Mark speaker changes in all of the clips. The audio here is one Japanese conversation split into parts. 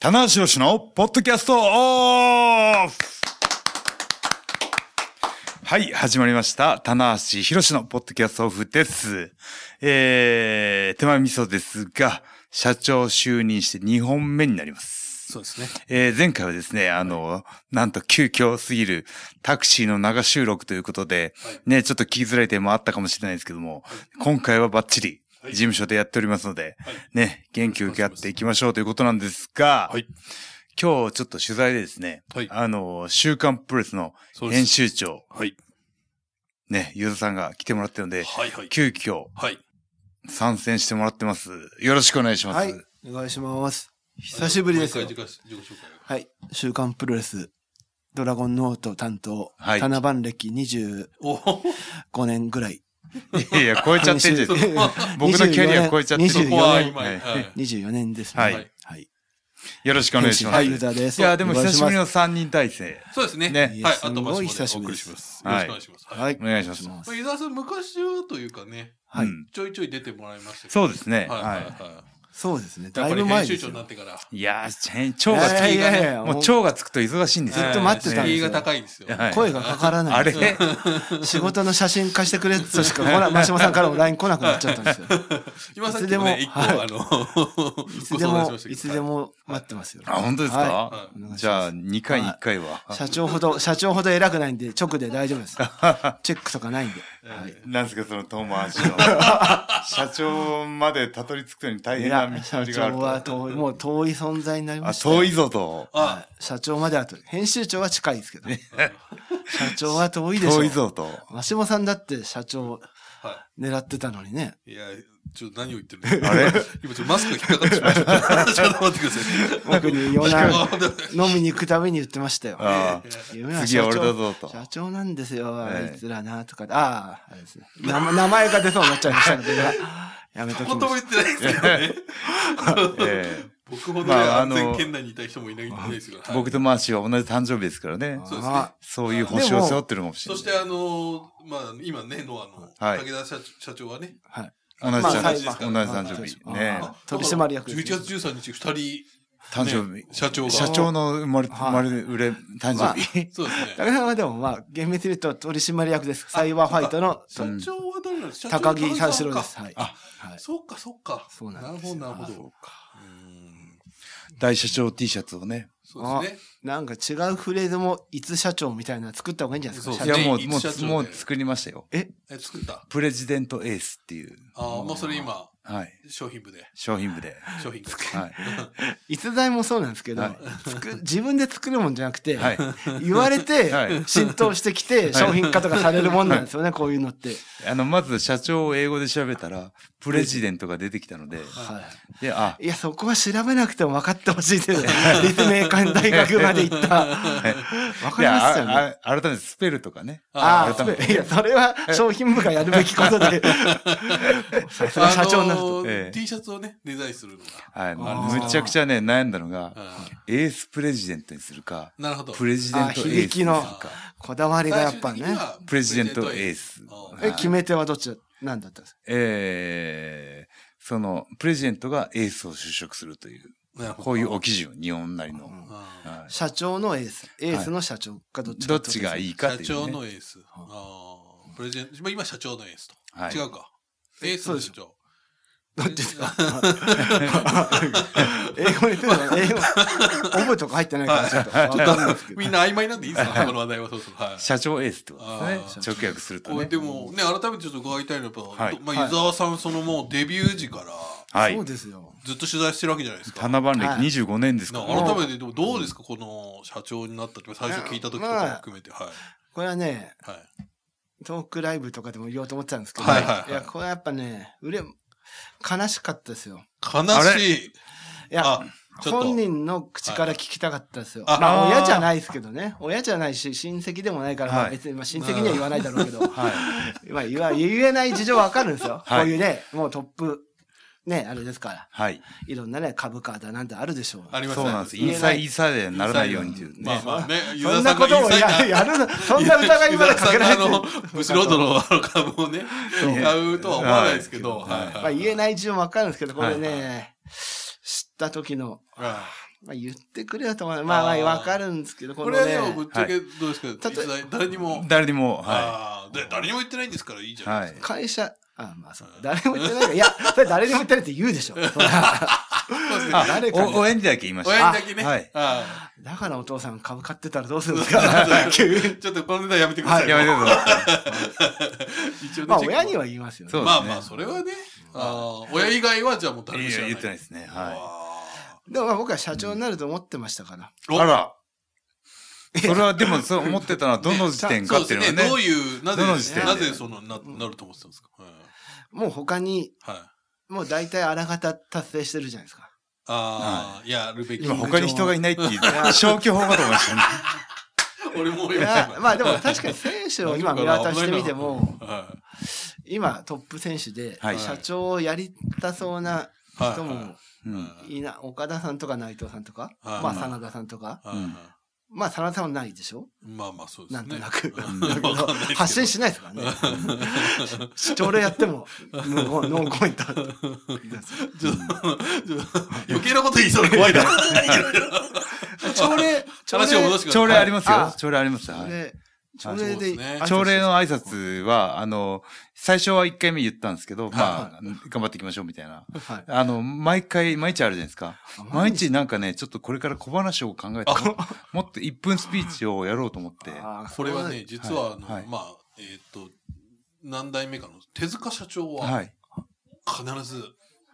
Speaker 1: 棚橋宏のポッドキャストオフはい、始まりました。棚橋宏のポッドキャストオフです。えー、手前味噌ですが、社長就任して2本目になります。
Speaker 2: そうですね。
Speaker 1: えー、前回はですね、あの、なんと急遽すぎるタクシーの長収録ということで、
Speaker 2: はい
Speaker 1: ね、ちょっと聞きづらい点もあったかもしれないですけども、今回はバッチリ事
Speaker 2: はい
Speaker 1: 務所でやっておりますので、
Speaker 2: はい
Speaker 1: ね、元気を受け合っていきましょうということなんですが、
Speaker 2: はい
Speaker 1: 今日ちょっと取材でですね、
Speaker 2: はい
Speaker 1: あの、週刊プロレスの
Speaker 2: そうで
Speaker 1: 編
Speaker 2: す。
Speaker 1: 集長、
Speaker 2: はい。
Speaker 1: ね、ゆうざさんが来てもらってるので、
Speaker 2: はいはい。
Speaker 1: 急遽
Speaker 2: はい。
Speaker 1: 参戦してもらってます。よろしくお願いします。
Speaker 3: はい、お願いします。久しぶりですよ
Speaker 2: もう一回自己自己紹介を
Speaker 3: はい、週刊プロレス、ドラゴンノート担当、
Speaker 1: はい
Speaker 3: 七番歴25
Speaker 2: おお
Speaker 3: 年ぐらい。
Speaker 1: いやいや、超えちゃってんじゃん。僕のキャリア超えちゃってる
Speaker 2: そ
Speaker 3: 24
Speaker 2: こは
Speaker 3: 年
Speaker 2: 今、
Speaker 1: は
Speaker 2: はいい。
Speaker 3: 24年です ね。
Speaker 1: はい
Speaker 3: はい。
Speaker 1: よろしくお願いします。
Speaker 3: はい、
Speaker 1: い
Speaker 3: ユーザーです。
Speaker 1: や、でも
Speaker 3: お願
Speaker 1: 久
Speaker 3: い
Speaker 1: しぶり
Speaker 3: ま
Speaker 1: の3人体制。
Speaker 2: そうですね。
Speaker 1: ね
Speaker 2: はい。
Speaker 3: す
Speaker 2: あと
Speaker 3: ごい
Speaker 2: ます
Speaker 3: 久し
Speaker 2: お
Speaker 3: ぶ
Speaker 2: 送り
Speaker 3: りで
Speaker 2: し
Speaker 3: す
Speaker 2: ます。よろ
Speaker 1: は
Speaker 2: し
Speaker 1: い
Speaker 2: くお願いします。
Speaker 3: す。
Speaker 2: い。
Speaker 3: はい、
Speaker 1: お願いします
Speaker 3: お願い
Speaker 2: まあ伊沢さん、昔はというかね、
Speaker 3: はい、
Speaker 1: うん
Speaker 2: ちょいちょい出てもらいましたけど。
Speaker 1: そうですね。
Speaker 2: はいはい
Speaker 1: は
Speaker 2: は
Speaker 3: そうですね。
Speaker 2: い。や
Speaker 3: だ
Speaker 2: っ
Speaker 3: い
Speaker 2: ぱり
Speaker 3: ぶ
Speaker 2: 編
Speaker 3: 前
Speaker 2: 集
Speaker 3: で
Speaker 2: 長
Speaker 3: す
Speaker 2: になっ
Speaker 3: よ。
Speaker 2: てから。
Speaker 1: い。いやー、腸
Speaker 3: い
Speaker 1: がつ
Speaker 3: や
Speaker 1: く。
Speaker 3: いやいや
Speaker 1: もう腸がつくと忙しいんです
Speaker 3: ず
Speaker 1: よ。
Speaker 3: っと待ってたんで
Speaker 2: 敷
Speaker 3: すよ
Speaker 2: 居が高いんですよ。
Speaker 1: はい
Speaker 3: 声がかからな
Speaker 1: あ
Speaker 3: いん
Speaker 1: れ
Speaker 3: ですよ。仕事の写真貸してくれとしか来ない、真島さんからも LINE 来なくなっちゃった んですよ。
Speaker 2: 今さっきもね、
Speaker 3: い
Speaker 2: 一
Speaker 3: つ
Speaker 2: 個、
Speaker 3: でも
Speaker 2: あの、 ご
Speaker 3: いつで
Speaker 2: 相談し
Speaker 3: も
Speaker 2: ましたけ、ど。
Speaker 3: いつでも待ってますよ。
Speaker 1: あ、本当ですか、
Speaker 3: は
Speaker 2: は
Speaker 3: お願いします
Speaker 1: じゃあ、2回に1回は。
Speaker 3: 社長ほど、社長ほど偉くないんで、直で大丈夫 です。チェックとかないんで。はい。
Speaker 1: なんですか、その遠回し の。社長までたどり着くのに大
Speaker 3: い
Speaker 1: 変な
Speaker 3: や
Speaker 1: 道、の
Speaker 3: 社
Speaker 1: りがあ
Speaker 3: 長は
Speaker 1: ると。
Speaker 3: 遠い、もう遠い存在になりま
Speaker 1: あ、
Speaker 3: した。
Speaker 1: 遠いぞと。
Speaker 2: あ、
Speaker 3: はい社長まであと、編集長は近いですけ ど。社長は遠いでしょ。
Speaker 1: 遠いぞと。
Speaker 3: マシモさんだって社長
Speaker 2: は
Speaker 3: 狙ってたのにね。
Speaker 2: い。いや、ちょっと何を言ってるんですか
Speaker 1: あれ
Speaker 2: 今ちょっとマスクが引っかかってしまいました。 ちょっと待ってください。
Speaker 3: 僕に夜な飲みに行くために言ってましたよ。
Speaker 1: あ
Speaker 3: 夢
Speaker 1: あ
Speaker 3: は
Speaker 1: 次
Speaker 3: 社
Speaker 1: は俺だ
Speaker 3: 長
Speaker 1: ぞと。
Speaker 3: 社長なんですよ、あ
Speaker 1: ええ
Speaker 3: いつらな、とか。ああ、あれですね。名前名前が出そうになっちゃいましたので、やめとき
Speaker 2: 本
Speaker 3: ま
Speaker 2: 当も
Speaker 3: し
Speaker 2: 言ってないですけど ね。
Speaker 1: え
Speaker 2: 僕ほど
Speaker 1: ま
Speaker 2: ね
Speaker 1: ああ
Speaker 2: 安
Speaker 1: の
Speaker 2: 全圏内にいた人もいないいないです
Speaker 1: え
Speaker 2: が、はい
Speaker 1: 僕とマーシーは同じ誕生日ですからね
Speaker 3: た。。
Speaker 2: そうですね
Speaker 3: あ
Speaker 1: そういう星を背負ってるのかもしれ
Speaker 2: そ
Speaker 1: ない
Speaker 2: して。あのーまあ今ねノア
Speaker 1: はい
Speaker 2: の武田社,、社長はね
Speaker 3: あはい。
Speaker 1: 同じ
Speaker 3: まあ
Speaker 1: 誕
Speaker 3: 最
Speaker 1: 生
Speaker 3: 後
Speaker 1: 日。同じ誕生日。
Speaker 3: あ
Speaker 1: ね
Speaker 3: あ取締役
Speaker 2: 11月13日二人、ね、
Speaker 1: 誕生日。
Speaker 2: 社長が
Speaker 1: 社長の生まれ、
Speaker 3: はい
Speaker 1: 生まれ、売れ、誕生日。
Speaker 2: そうです
Speaker 3: 高
Speaker 2: ね
Speaker 3: 田さんはでもまあ、厳密に言うと取締役です。サイバーファイトの
Speaker 2: 社長は誰なんですか社長
Speaker 3: 高木三四郎です。はい。
Speaker 2: あ
Speaker 3: はい。
Speaker 2: そうかそうか
Speaker 3: そうなんですよ
Speaker 2: なるほどなるほど
Speaker 1: 大社長 T シャツをね。
Speaker 2: そうですね
Speaker 3: なんか違うフレーズも、いつ社長みたいなの作った方がいいんじゃないですか。
Speaker 2: そう
Speaker 3: 社
Speaker 1: い
Speaker 3: 長
Speaker 1: や、もう、
Speaker 2: いつ
Speaker 1: も
Speaker 2: 社長
Speaker 1: う、
Speaker 2: で
Speaker 1: もう作りましたよ。
Speaker 3: え、
Speaker 2: え作った
Speaker 1: プレジデントエースっていう。
Speaker 2: ああもうそれ今
Speaker 1: はい。
Speaker 2: 商品部で
Speaker 1: 商品部 で。
Speaker 2: 商品部
Speaker 1: はい。
Speaker 3: 逸材もそうなんですけど、
Speaker 1: はい
Speaker 3: 作自分で作るもんじゃなくて、
Speaker 1: はい。
Speaker 3: 言われて
Speaker 1: はい、
Speaker 3: 浸透してきて、商品化とかされるもんなんですよね、こういうのって。
Speaker 1: あの、まず社長を英語で調べたら、プレジデントが出てきたので、
Speaker 3: は
Speaker 1: で、あ、
Speaker 3: い。いや、そこは調べなくても分かってほしいですよね。立命館大学まで行った。分か
Speaker 1: で
Speaker 3: りますよね。
Speaker 1: ああ改めてスペルとかね。
Speaker 3: あ
Speaker 1: 改めて
Speaker 3: あ、いや、それは商品部がやるべきこと で。さすが社長になると。
Speaker 2: あのー
Speaker 1: ええ
Speaker 2: T シャツをねデザインするのが
Speaker 1: はい。
Speaker 3: あー
Speaker 1: むちゃくちゃね、悩んだのが、
Speaker 2: あ
Speaker 1: エースプレジデントにするか、
Speaker 2: ーなるほど
Speaker 1: プレジデントエースにする
Speaker 3: あ
Speaker 1: か
Speaker 3: 響、こだわりがやっぱね。
Speaker 1: プレジデントエース。
Speaker 2: あ
Speaker 3: え、決め手はどっちだなんだったんですか
Speaker 1: えーその、プレジデントがエースを就職するという、
Speaker 2: なるほど
Speaker 1: こういうお基準、日本なりの。
Speaker 2: あ
Speaker 1: はい
Speaker 3: 社長のエース。エースの社長かどっちか
Speaker 1: どっちが
Speaker 3: い
Speaker 1: いいか
Speaker 2: ー
Speaker 1: って
Speaker 2: 社
Speaker 1: いう、ね。
Speaker 2: 長のエース。ああ。プレゼン、まあ今社長のエースと。
Speaker 1: はい
Speaker 2: 違うか。エースの社長。
Speaker 3: どっちですか 英語にするの英語。覚えとか入ってないからちょっと。わかんないですけど
Speaker 2: みんな曖昧なんでいいですかねこの話題はそうそう。はい。
Speaker 1: 社長エースってこと
Speaker 2: あ
Speaker 1: ですね。直訳すると
Speaker 2: これ
Speaker 1: ね。
Speaker 2: でもね、改めてちょっと伺いたいのは、
Speaker 1: は
Speaker 2: やっ
Speaker 1: い
Speaker 2: ぱ、まあ湯沢さん、そのもうデビュー時から、
Speaker 1: はい
Speaker 3: そう。ですよ。
Speaker 2: ずっと取材してるわけじゃないですか。
Speaker 1: 七番歴25年ですか
Speaker 2: な
Speaker 1: ら、ね
Speaker 2: 改めて、でもどうですかこの社長になったって、最初聞いた時とかも含めて。はい。
Speaker 3: これはね、
Speaker 2: はい。
Speaker 3: トークライブとかでも言おうと思ってたんですけど、
Speaker 2: はいいはいはい
Speaker 3: や、これはやっぱね、売れ、悲しかったですよ。
Speaker 2: 悲しい。
Speaker 3: いや
Speaker 2: あ、、ちょっ
Speaker 3: 本
Speaker 2: と。
Speaker 3: 人の口から聞きたかったですよ。
Speaker 2: はい
Speaker 3: まあ、
Speaker 1: あー
Speaker 3: 親じゃないですけどね。親じゃないし、親戚でもないから、ま
Speaker 1: は
Speaker 3: あ
Speaker 1: い
Speaker 3: 別に、まあ、親戚には言わないだろうけど、
Speaker 1: は
Speaker 3: まあ、言わ 言えない事情わかるんですよ。
Speaker 1: はい
Speaker 3: こういうね、もうトップ、ね、あれですから。
Speaker 1: はい。
Speaker 3: いろんなね、株価だなんてあるでしょう。
Speaker 2: あります
Speaker 1: そうなんです。イ
Speaker 3: 言
Speaker 1: ン
Speaker 3: え
Speaker 1: サ
Speaker 3: ない
Speaker 1: イ、インサイでならないようにというね。
Speaker 2: まあまあね、ユ
Speaker 3: そ
Speaker 2: ダ
Speaker 3: んな
Speaker 2: さんが
Speaker 3: ことを
Speaker 2: インサイダ
Speaker 3: や
Speaker 2: ー
Speaker 3: やるの、そんな疑いまでかけられて
Speaker 2: ユ
Speaker 3: る。
Speaker 2: ダさんがあの、ブスロードのあの株をね、買うとは思わないですけど、
Speaker 1: はい
Speaker 2: はい
Speaker 3: まあ、言えない事情もわかるんですけど、これね、
Speaker 1: は
Speaker 3: 知った時の、
Speaker 2: は
Speaker 3: まあ、言ってくれよと思う。まあまあ、
Speaker 2: あー
Speaker 3: わかるんですけど、
Speaker 2: こ
Speaker 3: こ
Speaker 2: れ
Speaker 3: の
Speaker 2: は
Speaker 3: ね
Speaker 2: で、もぶっちゃけどうですか、
Speaker 3: い
Speaker 2: 実際誰にも、
Speaker 1: 誰にも、は
Speaker 2: ああで誰にも言ってないんですからいいじ
Speaker 1: い。
Speaker 2: ゃない
Speaker 1: は
Speaker 2: で
Speaker 1: い。
Speaker 3: 会社、あまあそう
Speaker 2: うん
Speaker 3: 誰も言ってないから、いや、それ誰にも言ってないって言うでしょ。そりゃ
Speaker 2: すか。
Speaker 1: あ、
Speaker 3: 誰かに
Speaker 1: お、お縁だけ言いまし
Speaker 2: 親
Speaker 1: た。
Speaker 2: にだけね。
Speaker 1: あはい
Speaker 2: あ
Speaker 3: だからお父さん株買ってたらどうするんです か
Speaker 2: ー
Speaker 3: 急に。
Speaker 2: ちょっとこのネタやめてください。
Speaker 1: やめてください。
Speaker 2: 一応ね
Speaker 3: まあ、
Speaker 2: チェック
Speaker 3: 親には言いますよね。
Speaker 1: そう
Speaker 2: まあまあ、それはね。あー親以外はじゃあもう誰も
Speaker 1: い
Speaker 2: 知
Speaker 1: や
Speaker 2: らない。
Speaker 1: 言ってないですねはい
Speaker 2: い。
Speaker 3: でもまあ僕は社長になると思ってましたから。
Speaker 2: お
Speaker 1: あ ら。それはでも、そう思ってたのはどの時点か
Speaker 2: そう
Speaker 1: っていう
Speaker 2: です
Speaker 1: の
Speaker 2: ね。
Speaker 1: は
Speaker 2: どう
Speaker 1: ね。
Speaker 2: いう、なぜ、
Speaker 1: どの時点
Speaker 3: で
Speaker 2: なぜその、な、なると思ってたんですか、うん
Speaker 3: もう他に、
Speaker 2: はい。
Speaker 3: もう大体あらがた達成してるじゃないで すか。
Speaker 2: ああ、やるべき。
Speaker 1: 今他に人がいないっていう、 消去法かと思いましたね。
Speaker 2: 俺も
Speaker 3: い
Speaker 2: 今
Speaker 3: やまあでも確かに選手を今見渡してみても、
Speaker 2: は
Speaker 3: 今トップ選手で
Speaker 1: はい
Speaker 3: 社長をやりたそうない
Speaker 2: はい
Speaker 3: 人も
Speaker 1: うん
Speaker 3: いな、岡田さんとか内藤さんとか、
Speaker 2: はい
Speaker 3: まあ真田さんとか、
Speaker 2: はいはい
Speaker 3: まあ真田さんはないでしょ
Speaker 2: まあまあそうです
Speaker 3: な
Speaker 2: ね。
Speaker 3: んとな く。
Speaker 2: うん
Speaker 3: だけど
Speaker 2: わかんないですけど
Speaker 3: 発信しないですからね。朝礼やっても、無言ノーコメン ト。
Speaker 2: ちょっとちょっと余計なこと言いそう で怖いな。
Speaker 3: 朝礼、朝
Speaker 2: 話を戻
Speaker 3: 礼、
Speaker 2: してください。
Speaker 1: 朝礼ありますよ
Speaker 3: あ。
Speaker 1: 朝礼ありますよ。
Speaker 3: 朝
Speaker 1: はい
Speaker 3: 礼、朝礼
Speaker 2: そうですね
Speaker 3: で、
Speaker 1: 朝礼の挨拶は、あの、最初は1回目言ったんですけど、まあ、頑張っていきましょうみたいな。
Speaker 3: はい。
Speaker 1: あの、毎回、毎日あるじゃないですか。毎日なんかね、ちょっとこれから小話を考えて、もっと1分スピーチをやろうと思って。
Speaker 3: あー
Speaker 2: これはね、、実は、あの、
Speaker 1: はい
Speaker 2: まあ、えーっと、何代目かの手塚社長
Speaker 1: は
Speaker 2: は、
Speaker 1: い。
Speaker 2: 必ず、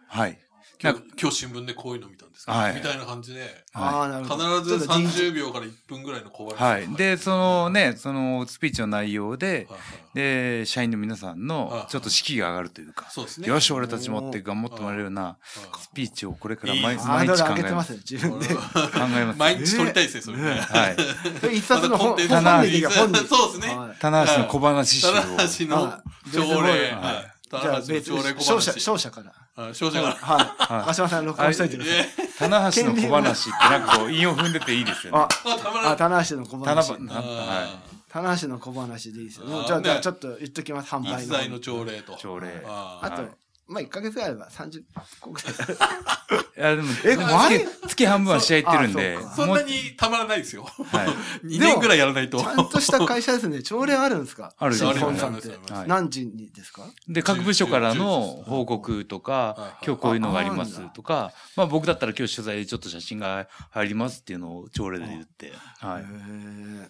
Speaker 1: はい。な
Speaker 2: 今
Speaker 1: ん
Speaker 2: 日
Speaker 1: か、
Speaker 2: 今日新聞でこういうの見たんですけど、
Speaker 1: はい
Speaker 2: みたいな感じで、
Speaker 3: あー、なる
Speaker 2: 必
Speaker 3: ほど。
Speaker 2: ず
Speaker 3: ちょっと人事
Speaker 2: 30秒から1分ぐらいの小話が
Speaker 1: は
Speaker 2: 入って
Speaker 1: い。で、その、ね、そのスピーチの内容で、
Speaker 2: はいはい
Speaker 1: で、社員の皆さん
Speaker 2: はいは
Speaker 1: の
Speaker 2: い
Speaker 1: ちょっと士気が上がるというか、
Speaker 2: そうですね。
Speaker 1: よし、俺たちもって頑張ってもらえるような
Speaker 2: はい
Speaker 1: スピーチをこれから毎
Speaker 2: いい
Speaker 1: 日
Speaker 3: ハー
Speaker 1: 毎
Speaker 3: ド
Speaker 1: 日
Speaker 3: ル
Speaker 1: 考
Speaker 3: 上げ
Speaker 1: え
Speaker 3: てま
Speaker 1: ます。
Speaker 3: すよ、自分で。
Speaker 1: 考えます。
Speaker 2: 毎日撮りたいですね、それね。
Speaker 1: はい。
Speaker 3: それ 一冊の本、
Speaker 2: まだコンテンツ
Speaker 3: 本
Speaker 1: 棚
Speaker 3: 本でいいから本に。
Speaker 2: そうですね。
Speaker 3: はい
Speaker 1: 棚橋の小話集を。
Speaker 2: 棚橋の朝礼。
Speaker 1: はい
Speaker 2: はい
Speaker 3: じゃ
Speaker 2: 棚
Speaker 3: あ
Speaker 2: 橋の
Speaker 3: 別
Speaker 2: 朝
Speaker 3: に
Speaker 2: 礼小話。
Speaker 3: 勝者、勝者から。
Speaker 2: はい勝者が。
Speaker 3: はい。川島さん録音しといてください。
Speaker 1: 棚橋の小話ってなんかこう、韻を踏んでていいですよね
Speaker 3: あ。、
Speaker 2: あ、たまら
Speaker 3: あ、
Speaker 2: ない。
Speaker 3: 棚橋の小
Speaker 1: 棚
Speaker 3: 話
Speaker 1: 橋。、は
Speaker 3: 棚橋の小話でいいですよ。
Speaker 2: あ
Speaker 3: じゃあ、
Speaker 2: ね
Speaker 3: じゃあちょっと言っときます、販売
Speaker 2: 逸材の朝礼と。
Speaker 1: 朝礼
Speaker 2: あ
Speaker 3: あ
Speaker 2: ー
Speaker 3: と
Speaker 1: はい、
Speaker 3: まあ1ヶ月あれば30 個ぐらい。
Speaker 1: い。いや、でも、
Speaker 3: えマジ
Speaker 1: 月月半分は試合行ってるんで
Speaker 3: そうあ、
Speaker 2: そん
Speaker 1: もう
Speaker 2: なにたまらないですよ。
Speaker 1: はい。
Speaker 2: 2年ぐらいやらないと。
Speaker 3: ちゃんとした会社ですね。朝礼あるんですか
Speaker 1: あるよ
Speaker 3: 新日本さんって
Speaker 2: ありますあり。
Speaker 1: ます
Speaker 3: 何時にですか
Speaker 1: で、各部署からの
Speaker 2: 10時
Speaker 1: 報告とか
Speaker 2: は、い
Speaker 1: 今日こういうのがありま
Speaker 3: ああるん
Speaker 1: す
Speaker 3: だ
Speaker 1: とか、まあ僕だったら今日取材でちょっと写真が入りますっていうのを朝礼で言って、は
Speaker 3: へ
Speaker 1: い。
Speaker 3: ー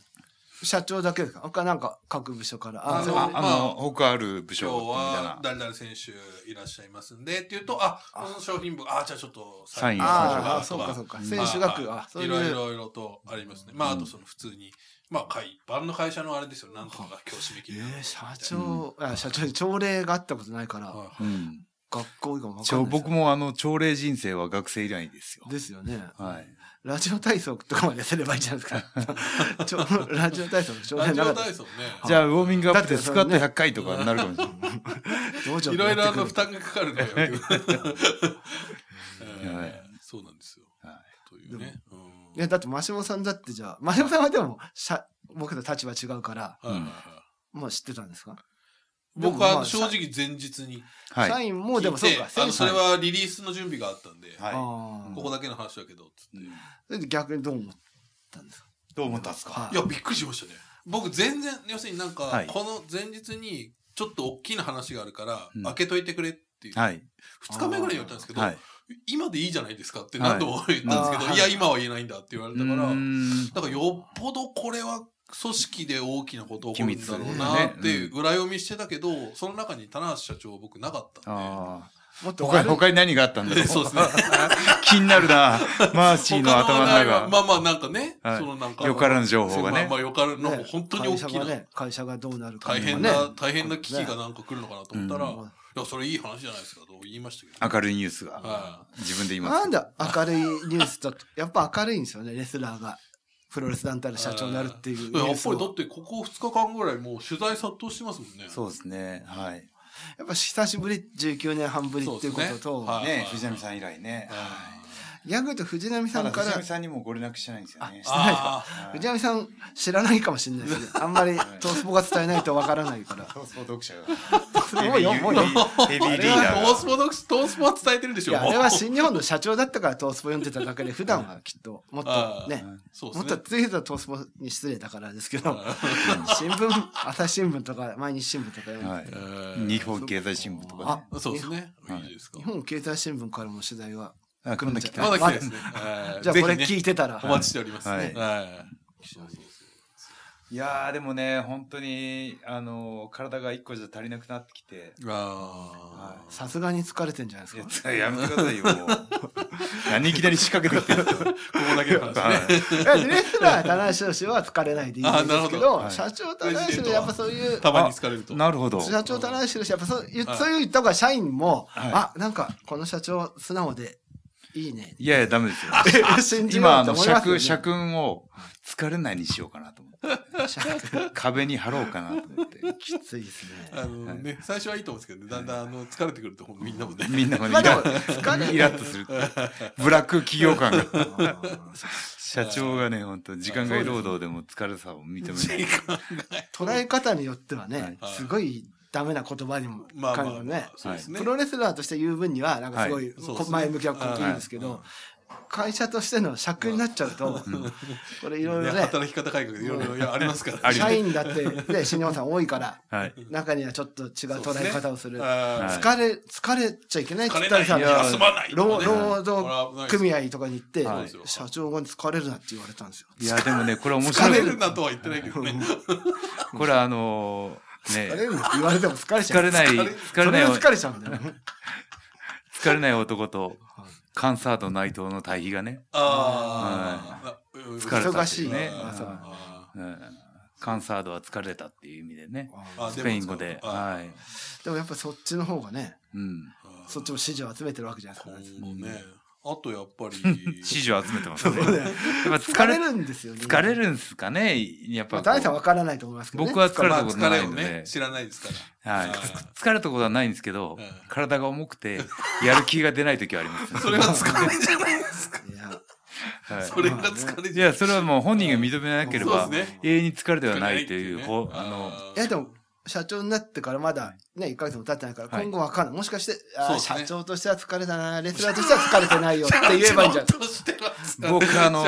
Speaker 3: 社長だけですか他なんか各部署から。
Speaker 2: あ
Speaker 3: あ、
Speaker 2: の
Speaker 3: そう
Speaker 1: あ
Speaker 2: ま
Speaker 1: あの、他ある部署
Speaker 2: 今日
Speaker 1: みたい
Speaker 2: は
Speaker 1: な。
Speaker 2: 誰々選手いらっしゃいますんでっていうと、あ、この商品部、あ、じゃあちょっと
Speaker 1: サインを
Speaker 3: ああ、
Speaker 2: と
Speaker 3: そうかそうか。選手が来る。あ、そうい。
Speaker 2: ろいうろいろとありますね。まあ、あとその普通に、まあ、会、一般の会社のあれですよ、なんとかが今日締め切
Speaker 3: え
Speaker 2: りなので
Speaker 3: ー、社長、あ社長に朝礼があったことないから、
Speaker 2: は
Speaker 1: うん。
Speaker 3: 学校以外も分
Speaker 1: ち
Speaker 3: かん
Speaker 1: ょ
Speaker 3: ないですよ
Speaker 1: 僕もあの、朝礼人生は学生以来ですよ。
Speaker 3: ですよね。
Speaker 1: はい。
Speaker 3: ラジオ体操とかまですればいいじゃないです か。ちょラジオ体操の
Speaker 2: い
Speaker 3: 朝
Speaker 2: ラ
Speaker 3: 礼
Speaker 2: ジ
Speaker 3: なか
Speaker 2: オ体
Speaker 3: ったです。
Speaker 2: 操ね。
Speaker 1: じゃあ、ウォーミングアップ
Speaker 3: だっ
Speaker 1: で
Speaker 3: て
Speaker 1: ス
Speaker 3: そ
Speaker 1: クワ
Speaker 3: れ
Speaker 1: ッ
Speaker 3: ね
Speaker 1: ト100回とかになるかもしれない。
Speaker 3: 道場
Speaker 2: い
Speaker 3: でや
Speaker 2: ろい
Speaker 3: っ
Speaker 2: ろ
Speaker 3: てく
Speaker 2: あの
Speaker 3: る
Speaker 2: 負担がかかるのよ。
Speaker 1: は
Speaker 2: え
Speaker 1: い
Speaker 2: ーそうなんですよ。
Speaker 1: は
Speaker 2: というね。うん
Speaker 3: いや、だって、マシモさんだってじゃあ、マシモさんはでも、しゃ僕の立場違うから、
Speaker 2: はいはいはい
Speaker 3: もう知ってたんですか
Speaker 2: 僕
Speaker 3: でもま
Speaker 2: は
Speaker 3: あ
Speaker 2: 正直前日に
Speaker 1: はい。
Speaker 3: 社員もでもそうか、
Speaker 2: あ
Speaker 3: 選
Speaker 2: の
Speaker 3: 手
Speaker 2: それはリリースの準備があったんで、
Speaker 1: はい
Speaker 3: ああ
Speaker 2: ここだけの話だけど、つって。
Speaker 3: それで逆にどう思ったんですか
Speaker 1: どう思ったんですか
Speaker 2: いや、びっくりしましたね。僕、全然、要するになん
Speaker 1: は
Speaker 2: か
Speaker 1: い、
Speaker 2: この前日に、ちょっと大きな話があるから
Speaker 1: うん、
Speaker 2: 開けといてくれっていう、
Speaker 1: はい。
Speaker 2: 2日目ぐらいに言ったんですけど、
Speaker 1: はい。
Speaker 2: 今でいいじゃないですかって何度も言ったんですけ
Speaker 3: あ
Speaker 2: ど、
Speaker 3: ー
Speaker 2: いや、今は言えないんだって言われたから、
Speaker 1: うーん
Speaker 2: だからよっぽどこれは組織で大きなこと起こるんだろうなって
Speaker 1: 秘密
Speaker 2: い
Speaker 1: ね
Speaker 2: う裏読みしてたけど、その中に棚橋社長僕なかったんで。
Speaker 1: ああ。
Speaker 3: もっと
Speaker 1: 他
Speaker 3: 悪
Speaker 1: に、
Speaker 3: い
Speaker 1: 他に何があったんだろう。
Speaker 2: そう ですね。
Speaker 1: 気になるな。 マーシーの頭の
Speaker 2: 他はま
Speaker 1: 中。
Speaker 2: あまあなんかね、
Speaker 1: はい
Speaker 2: そのなんか。
Speaker 1: よからぬ情報が
Speaker 2: まあ
Speaker 1: ね
Speaker 2: ま。あよからぬ、なんか
Speaker 3: ね
Speaker 2: 本当に大
Speaker 3: 会
Speaker 2: き
Speaker 3: 社が
Speaker 2: な。
Speaker 3: ね、会社がどうなるか
Speaker 2: 大
Speaker 3: とかね
Speaker 2: 変な、大変な危機が
Speaker 3: ね
Speaker 2: なんか来るのかなと思ったら、
Speaker 3: うん
Speaker 2: いや、それいい話じゃないですかと言いましたけど。
Speaker 1: 明るいニュースが。
Speaker 2: は
Speaker 1: 自分で言います
Speaker 3: なんで明るいニュースだと、やっぱ明るいんですよね、レスラーが。プロレス団体の社長になるっていうニ
Speaker 2: いや
Speaker 3: ュ
Speaker 2: や
Speaker 3: ー
Speaker 2: っ
Speaker 3: ス
Speaker 2: ぱ
Speaker 3: を
Speaker 2: りだってここ2日間ぐらいもう取材殺到してますもんね。
Speaker 1: そうですね。はい。
Speaker 3: やっぱ久しぶり、19年半ぶりっていうこ
Speaker 2: そうで
Speaker 3: と
Speaker 2: すね
Speaker 3: と、
Speaker 2: はい
Speaker 1: ね藤波さん以来ね。
Speaker 2: あ
Speaker 3: ヤングと藤波さ
Speaker 1: まだ
Speaker 3: んか
Speaker 1: 藤
Speaker 3: ら
Speaker 1: 波、さんにもご連絡してないんですよね。
Speaker 3: あ
Speaker 2: ああ。
Speaker 1: はい
Speaker 3: 藤波さん知らないかもしれないですね。あんまりトースポが伝えないとわからないから。
Speaker 1: トースポ読者が。
Speaker 3: もうよもうよ
Speaker 1: ヘビー
Speaker 2: あ
Speaker 1: リ
Speaker 2: れ
Speaker 1: ー
Speaker 2: は
Speaker 1: ダ
Speaker 2: トース
Speaker 1: ーが。
Speaker 2: ポドクス、トースポは伝えてるでし
Speaker 3: い
Speaker 2: ょ。
Speaker 3: や、あれは新日本の社長だったからトースポ読んでただけで、普段はきっと、もっとね、
Speaker 2: そうです
Speaker 3: もっ
Speaker 2: ね。
Speaker 3: とついてたトースポに失礼だからですけど、
Speaker 2: う
Speaker 3: 新聞、朝日新聞とか、毎日新聞とか読んで、
Speaker 1: はい
Speaker 2: ん
Speaker 1: 日本経済新聞とかね。
Speaker 2: そうですね。
Speaker 1: はい
Speaker 2: いいですか
Speaker 3: 日。本経済新聞からも取材は、
Speaker 1: あ、今度来
Speaker 2: ま
Speaker 1: た。
Speaker 2: だ来てないですね。えー
Speaker 3: じゃあこれ
Speaker 2: ぜひね
Speaker 3: 聞いてたら、
Speaker 2: お待ちしております。
Speaker 1: はい
Speaker 2: ねはい。
Speaker 1: いやー、でもね、本当に、あのー、体が一個じゃ足りなくなってきて。
Speaker 2: ああ。
Speaker 3: さすがに疲れてんじゃないですか。
Speaker 1: いややめてくださいよ、もう何いきなり仕掛けてきてるんですか
Speaker 2: ここだけの話ね。
Speaker 3: いやレスラー、棚橋宏は疲れないでいいんですけ
Speaker 2: あなる
Speaker 3: ど、
Speaker 2: ほど
Speaker 1: はい
Speaker 3: 社長、棚橋宏やっぱそういう、
Speaker 2: たまに疲れると。
Speaker 1: なるほど。
Speaker 3: 社長、棚橋宏やっぱそういう、
Speaker 2: はい
Speaker 3: そういうとこは社員も、
Speaker 1: はい
Speaker 3: あ、なんか、この社長、素直で、いいね。
Speaker 1: いやいや、ダメですよ。
Speaker 3: 信じよ
Speaker 1: 今、あ
Speaker 3: うと
Speaker 1: の、
Speaker 3: 思います
Speaker 1: 尺、
Speaker 3: よね
Speaker 1: 尺運を疲れないにしようかなと思って。壁に貼ろうかなと思って。
Speaker 3: きついですね。
Speaker 2: あのね、最初はいいと思うんですけどね、だんだんあの疲れてくると、みんなもね。
Speaker 1: みんながね
Speaker 3: まあ
Speaker 1: イ
Speaker 3: でも、
Speaker 1: ラ
Speaker 3: 疲れ
Speaker 1: イラッとするっていう。ブラック企業感が。社長がね、本当時間外労働でも疲れさを認めない。
Speaker 3: 捉え方によってはね、
Speaker 2: はい
Speaker 3: すごいダメな言葉にも
Speaker 2: まあま
Speaker 3: 感
Speaker 2: あ
Speaker 3: じ
Speaker 2: まあ
Speaker 3: るね。
Speaker 2: そうですね。
Speaker 3: プロレスラーとして言う分には、なんかすごい、
Speaker 2: そうです
Speaker 3: こ
Speaker 2: ね
Speaker 3: 前向きはこ
Speaker 2: あ
Speaker 3: う
Speaker 2: ー
Speaker 3: いいんですけど、会社としての尺になっちゃうと、これいろいろ
Speaker 2: ね
Speaker 3: ね、
Speaker 2: 働き方改革でいろいろいやありますから。
Speaker 1: あります
Speaker 3: 社員だって、ね、新日本さん多いから、
Speaker 1: はい。
Speaker 3: 中にはちょっと違う捉え方をする。
Speaker 2: 疲
Speaker 3: 疲れ、疲れちゃいけないって言
Speaker 2: れ
Speaker 3: っ
Speaker 2: な
Speaker 3: たら
Speaker 2: い、
Speaker 3: さ、
Speaker 2: 休まない。
Speaker 3: 労
Speaker 2: ね
Speaker 3: 労
Speaker 2: これは危ない
Speaker 3: 働
Speaker 2: です、
Speaker 3: 組合とかに行って
Speaker 1: はい
Speaker 3: 社長が疲れるなって言われたんですよ。
Speaker 1: いや、でもね、これ面
Speaker 2: 疲
Speaker 1: 白
Speaker 2: れ
Speaker 1: い。
Speaker 2: るなとは言ってないけどね。
Speaker 1: これあのー、
Speaker 3: 疲
Speaker 1: ね、
Speaker 3: れるなって言われても疲れちゃ
Speaker 1: 疲
Speaker 3: う。
Speaker 1: れない、
Speaker 2: 疲れ
Speaker 1: 疲れない
Speaker 3: そが疲れちゃうんだよね。
Speaker 1: 疲れない男と、カンサート内藤の対比がね、
Speaker 2: ああ。
Speaker 1: 疲れた
Speaker 3: 忙
Speaker 1: ってい
Speaker 3: し
Speaker 1: う
Speaker 3: い
Speaker 1: ね
Speaker 3: ね。
Speaker 1: うん
Speaker 3: あそう
Speaker 1: うんカンサードは疲れたっていう意味でね、
Speaker 2: あ
Speaker 1: スペイン語で、はい。
Speaker 3: でもやっぱそっちの方がね、
Speaker 1: うん。
Speaker 3: そっちも支持を集めてるわけじゃないですか。
Speaker 2: もね。あとやっぱ り。
Speaker 1: 支持を集めてますね。
Speaker 3: そうだよ
Speaker 1: やっぱ
Speaker 3: 疲
Speaker 1: 疲
Speaker 3: れ
Speaker 1: れ、
Speaker 3: るんですよね。
Speaker 1: 疲れ
Speaker 3: る。
Speaker 1: るんすかねやっぱ
Speaker 3: ま
Speaker 1: こ
Speaker 3: あ、
Speaker 1: う。
Speaker 3: 大さんわからないと思いますけどね。
Speaker 1: 僕は疲れ
Speaker 2: ま
Speaker 1: た
Speaker 2: あ
Speaker 1: こと
Speaker 2: 疲
Speaker 1: な
Speaker 2: れ
Speaker 1: い
Speaker 2: を
Speaker 1: の
Speaker 2: ね
Speaker 1: で、
Speaker 2: 知らないですから。
Speaker 1: はい、
Speaker 2: はい
Speaker 1: 疲れたことはないんですけど、
Speaker 2: うん
Speaker 1: 体が重くてやる気が出ない時はあり ます、ね
Speaker 2: それは疲れじゃないですか。
Speaker 3: いや、
Speaker 1: はい
Speaker 2: それが疲れ
Speaker 1: い
Speaker 2: じゃ
Speaker 1: やそれはもう本人が認めなければ、
Speaker 2: そうですね
Speaker 1: 永遠に疲れてはないというほあの
Speaker 3: いやでも、社長になってからまだね、1ヶ月も経ってないから、今後わかんない。もしかして、あー
Speaker 2: そうですね
Speaker 3: 社長としては疲れたな、レスラーとしては疲れてないよって言えばいいんじゃん。
Speaker 1: 僕あの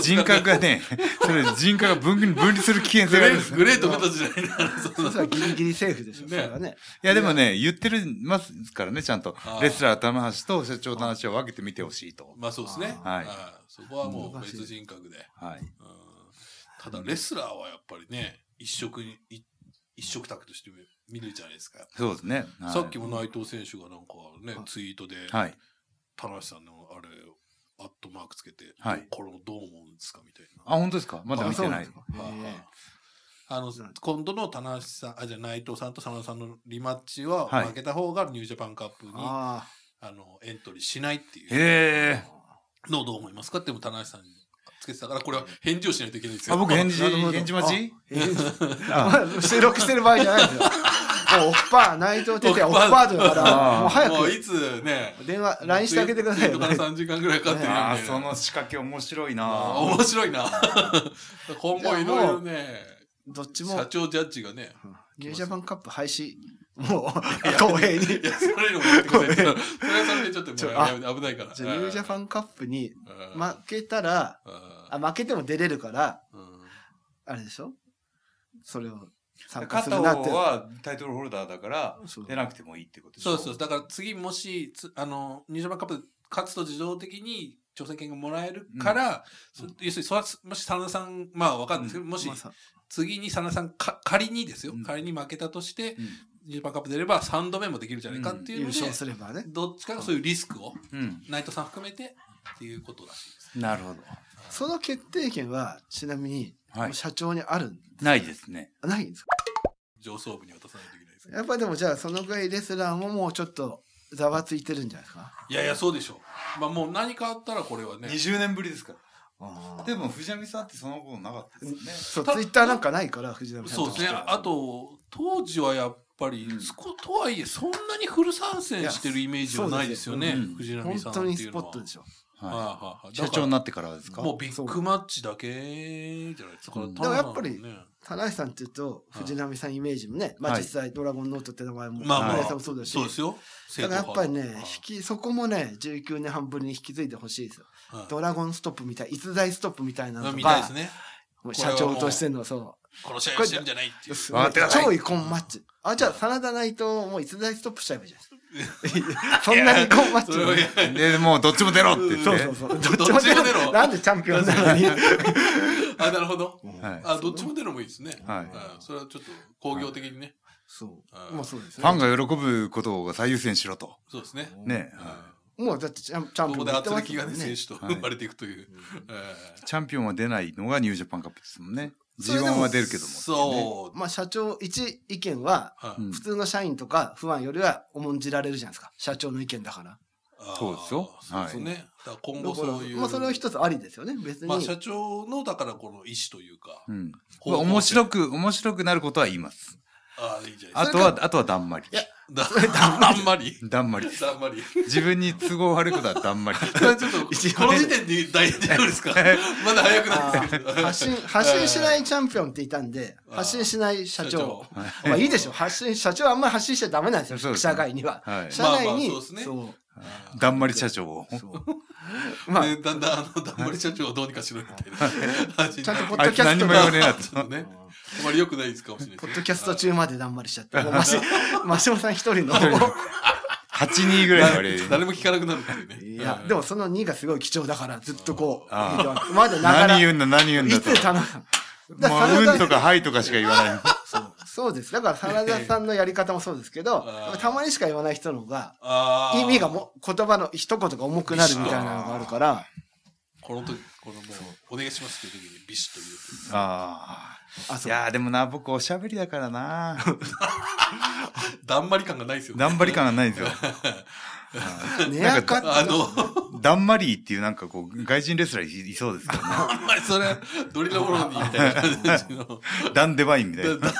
Speaker 1: 人格が ねそれ人格が分分離する危険
Speaker 2: グ
Speaker 1: 性があ
Speaker 2: レ
Speaker 1: ります
Speaker 2: ーグレート形じゃないな。
Speaker 3: そうそうギリギリセーフでしょ、それはね。
Speaker 1: いやでもね言ってるますからねちゃんと
Speaker 2: あー
Speaker 1: レスラー玉橋と社長玉橋を分けてみてほしいと、
Speaker 2: まあそうですね。
Speaker 1: あーはい
Speaker 2: そこはもう別人格で。
Speaker 1: はい、
Speaker 2: うんただレスラーはやっぱりね、一色に、い一色卓として見るじゃないですか。
Speaker 1: そうですね、はい、
Speaker 2: さっきも内藤選手がなんかね、ツイートで、
Speaker 1: はい
Speaker 2: 田中さんのあれ、アットマークつけて、
Speaker 1: はい
Speaker 2: これをどう思うんですかみたいな。
Speaker 1: あ本当ですかまだ見てない
Speaker 3: あそうなんですかへ
Speaker 2: あの今度の棚橋さんあじゃあ内藤さんと佐野さんのリマッチは、
Speaker 1: はい
Speaker 2: 負けた方がニュージャパンカップに
Speaker 3: ー
Speaker 2: あ
Speaker 3: あ
Speaker 2: のエントリーしないっていう
Speaker 1: へえ
Speaker 2: のをどう思いますかっても棚橋さんにつけてたからこれは返事をしないといけないんですよ。
Speaker 1: あ僕返事
Speaker 3: なるほど
Speaker 1: 返事待ち
Speaker 3: あ返事 ま あ収録してる場合じゃないです よ。もうオッパー、内藤哲也オッパーだか
Speaker 1: あー
Speaker 3: ら、もう早
Speaker 2: もうい
Speaker 3: く
Speaker 2: つね
Speaker 3: 電話、LINE してあげてください
Speaker 2: ツイ
Speaker 3: よ
Speaker 2: ー。トから3時間ぐらいかかってるよね
Speaker 1: あーその仕掛け面白いな
Speaker 2: あ
Speaker 1: あ
Speaker 2: ー面白いな 今後いろいろね
Speaker 3: どっちも
Speaker 2: 社、長ジャッジがね
Speaker 3: ニュージャパンカップ廃止、もう、公平に。
Speaker 2: いやそれよりもやってくださいそれはそれでちょっともうやめ危ないから
Speaker 3: じゃあニュージャパンカップに
Speaker 2: うん
Speaker 3: 負けたら、
Speaker 2: うん
Speaker 3: あ、負けても出れるから、
Speaker 2: うん
Speaker 3: あれでしょそれを参加す
Speaker 1: 片方
Speaker 3: るなって。
Speaker 1: はタイトルホルダーだから
Speaker 3: そう
Speaker 1: 出なくてもいいってことでし
Speaker 2: そ
Speaker 1: ょ
Speaker 2: うそう。だから次もし、つあの、ニュージャパンカップ勝つと自動的に挑戦権がもらえるから、そ要するにそら、もし、サナさん、まあわかんないですけど、もし
Speaker 3: まあ、さ
Speaker 2: 次にサナさんか、仮にですよ、
Speaker 1: うん
Speaker 2: 仮に負けたとして、
Speaker 1: うん
Speaker 2: ニュージャパンカップ出れば3度目もできるじゃないかっていう
Speaker 3: 優
Speaker 2: ので、
Speaker 3: 勝すればね。
Speaker 2: どっちかがそういうリスクを、
Speaker 1: うん、
Speaker 2: ナイトさん含めてっていうことらしいです。
Speaker 1: なるほど
Speaker 3: その決定権は、ちなみに、
Speaker 1: はい
Speaker 3: 社長にあるん
Speaker 1: ないですね
Speaker 3: ないんですか
Speaker 2: 上層部に渡さないといけないですね。
Speaker 3: やっぱでもじゃあそのぐらいレスラーももうちょっとざわついてるんじゃないですか。
Speaker 2: いやいや、そうでしょう。まあもう何かあったらこれはね、
Speaker 1: 20年ぶりですか
Speaker 3: あ
Speaker 1: らでも藤波さんってそのことなかったですよね
Speaker 3: そう、
Speaker 2: た
Speaker 3: ツイッターなんかないから、藤波さん
Speaker 2: そう
Speaker 3: と
Speaker 2: で
Speaker 3: し
Speaker 2: す
Speaker 3: て
Speaker 2: ね。
Speaker 3: は
Speaker 2: あと、当時はやっぱり、
Speaker 1: うん
Speaker 2: そことはいえ、そんなにフル参戦してるイメージはないですよね
Speaker 1: いやそうですよ。
Speaker 2: 藤波さん
Speaker 3: 本
Speaker 2: って
Speaker 3: 当に
Speaker 2: い
Speaker 3: ス
Speaker 2: う
Speaker 3: ポ
Speaker 2: のは
Speaker 3: ット。でしょ。
Speaker 2: はい
Speaker 1: は
Speaker 2: はいはい
Speaker 1: い。
Speaker 2: だ
Speaker 1: 社
Speaker 2: から
Speaker 1: 長になってからですか
Speaker 2: もうビッグマッチだけじゃないですか。
Speaker 1: うん
Speaker 2: だから
Speaker 3: でもやっぱり田中さんっていうと、藤波さんイメージもね、まあ
Speaker 1: はい
Speaker 3: 実際、ドラゴンノートって名前も、
Speaker 2: まあ
Speaker 1: まあ
Speaker 3: 田中さんもそうだし、
Speaker 2: そうですよ。
Speaker 3: だからやっぱりね、
Speaker 2: 正統派
Speaker 3: 引き、そこもね、19年半ぶりに引き継いでほしいですよ。
Speaker 2: はい
Speaker 3: ドラゴンストップみたい、逸材ストップみたいなの
Speaker 2: うん
Speaker 3: と
Speaker 2: 見たいで
Speaker 3: か
Speaker 2: す、ね。
Speaker 3: もう社長としての、そ。
Speaker 2: この試合をしてるんじゃないっていう う。
Speaker 3: す
Speaker 1: わ
Speaker 3: ご
Speaker 1: か
Speaker 3: い
Speaker 1: ってください
Speaker 3: 超遺恨マッチ。あ、じゃあ、真田ナイトをもう逸材ストップしちゃえばいいじゃないそんな遺恨マッチ
Speaker 2: それをや
Speaker 1: で、もうどっちも出ろって言って。
Speaker 3: そうそうそう。どっ
Speaker 2: どっちも出ろ
Speaker 3: なんでチャンピオンなのに。
Speaker 2: あ、なるほど。
Speaker 1: はい。
Speaker 2: あ、どっちも出るのもいいですね。
Speaker 1: はい
Speaker 2: うんそれはちょっと工業的にね。
Speaker 3: そう。
Speaker 2: うん
Speaker 3: もうそうです
Speaker 1: フ
Speaker 3: ね
Speaker 1: ァン。が喜ぶことを最優先しろと。
Speaker 2: そうですね。
Speaker 1: ね。
Speaker 2: うん
Speaker 1: は
Speaker 3: もうだってチャンチャン
Speaker 2: こ
Speaker 3: ピオ
Speaker 2: こ
Speaker 3: ン
Speaker 2: で
Speaker 3: 言
Speaker 2: 圧力が
Speaker 3: ってますもん
Speaker 2: ね、選手と
Speaker 1: はい
Speaker 2: 生まれていくという。え
Speaker 1: いチャンピオンは出ないのがニュージャパンカップですもんね。
Speaker 3: それでも
Speaker 1: G1 は出るけ
Speaker 2: え
Speaker 1: ども。
Speaker 2: そう。
Speaker 3: まあ社長一意見は、
Speaker 2: は
Speaker 1: う
Speaker 2: い
Speaker 1: ん
Speaker 3: 普通の社員とか不安よりは重んじられるじゃないですか。社長の意見だから。
Speaker 2: あー
Speaker 1: そうですよ
Speaker 2: そうですね。だから今後
Speaker 3: だから
Speaker 2: そういう。
Speaker 3: まあそれは一つありですよね。別に。
Speaker 2: まあ社長の、だからこの意思というか。
Speaker 1: うん。
Speaker 2: 方向性
Speaker 1: 面白く、面白くなることは言います。
Speaker 2: ああ、いいじゃない
Speaker 1: あ
Speaker 2: で
Speaker 1: とは、あとはだんまり。
Speaker 2: すか。だあんまり。
Speaker 1: だんまり。
Speaker 2: だんまり。
Speaker 1: 自分に都合悪いことはだ んまり。
Speaker 2: ちょっと、 この時点で大丈夫ですかまだ早くないですけど。
Speaker 3: 発 信、発信しないチャンピオンっていたんで、発信しない社
Speaker 2: 社
Speaker 3: 長
Speaker 2: 長。
Speaker 3: まあいいでしょ。発信、社長はあんまり発信しちゃダメなんですよ。
Speaker 1: そうですね
Speaker 3: 社外には。
Speaker 1: はい
Speaker 3: 社内に、
Speaker 2: まあまあそうですね
Speaker 3: そう
Speaker 1: だんまり社長を。
Speaker 3: そうまあ、
Speaker 2: でだんだん、あの、だんまり社長をどうにかしろみたいな話に。
Speaker 3: ちゃんとポ
Speaker 1: あい
Speaker 3: ッド
Speaker 1: つ
Speaker 3: キャス
Speaker 1: 何
Speaker 3: ト
Speaker 1: も言わねえ
Speaker 3: が、
Speaker 1: な
Speaker 2: ちょっ
Speaker 1: と
Speaker 2: と。ね、あまり良くないですかもしれないです
Speaker 3: ポ
Speaker 2: ね。
Speaker 3: ッドキャスト中までだんまりしちゃ って、もうマシ、マシオさん一人の。
Speaker 1: 8人ぐらいの割合で
Speaker 2: だ誰も聞かなくなるっていうね。
Speaker 3: いや、でもその2がすごい貴重だから、ずっとこう、
Speaker 1: ああ
Speaker 3: 見てますまだながら、
Speaker 1: 何
Speaker 3: い
Speaker 1: 言うんだ、何言うんだ
Speaker 3: つ
Speaker 1: と。
Speaker 3: 田中さん。だ
Speaker 1: もう、
Speaker 3: 真
Speaker 1: うん
Speaker 3: 田
Speaker 1: とかはいとかしか言わ ない。
Speaker 3: そうです。だから、真田さんのやり方もそうですけど
Speaker 2: ああ、
Speaker 3: たまにしか言わない人の方が、
Speaker 2: あー
Speaker 3: 意味がも、言葉の一言が重くなるみたいなのがあるから、
Speaker 2: こ の時、このもう、お願いしますっていう時にビシッと言うっていう。
Speaker 1: あ
Speaker 3: あ、
Speaker 1: あ。い
Speaker 3: そう。
Speaker 1: やーでもな、僕おしゃべりだからな。
Speaker 2: だんまり感がないですよね。
Speaker 1: だんまり感がないん ですよ。
Speaker 3: ねやかって
Speaker 2: あの、
Speaker 1: だんまりっていうなんかこう、外人レスラーいいそうですけどね。
Speaker 2: あんまりそれ、ドリの頃にみたいな感じ の。
Speaker 1: ダンデバインみたいな。
Speaker 2: だ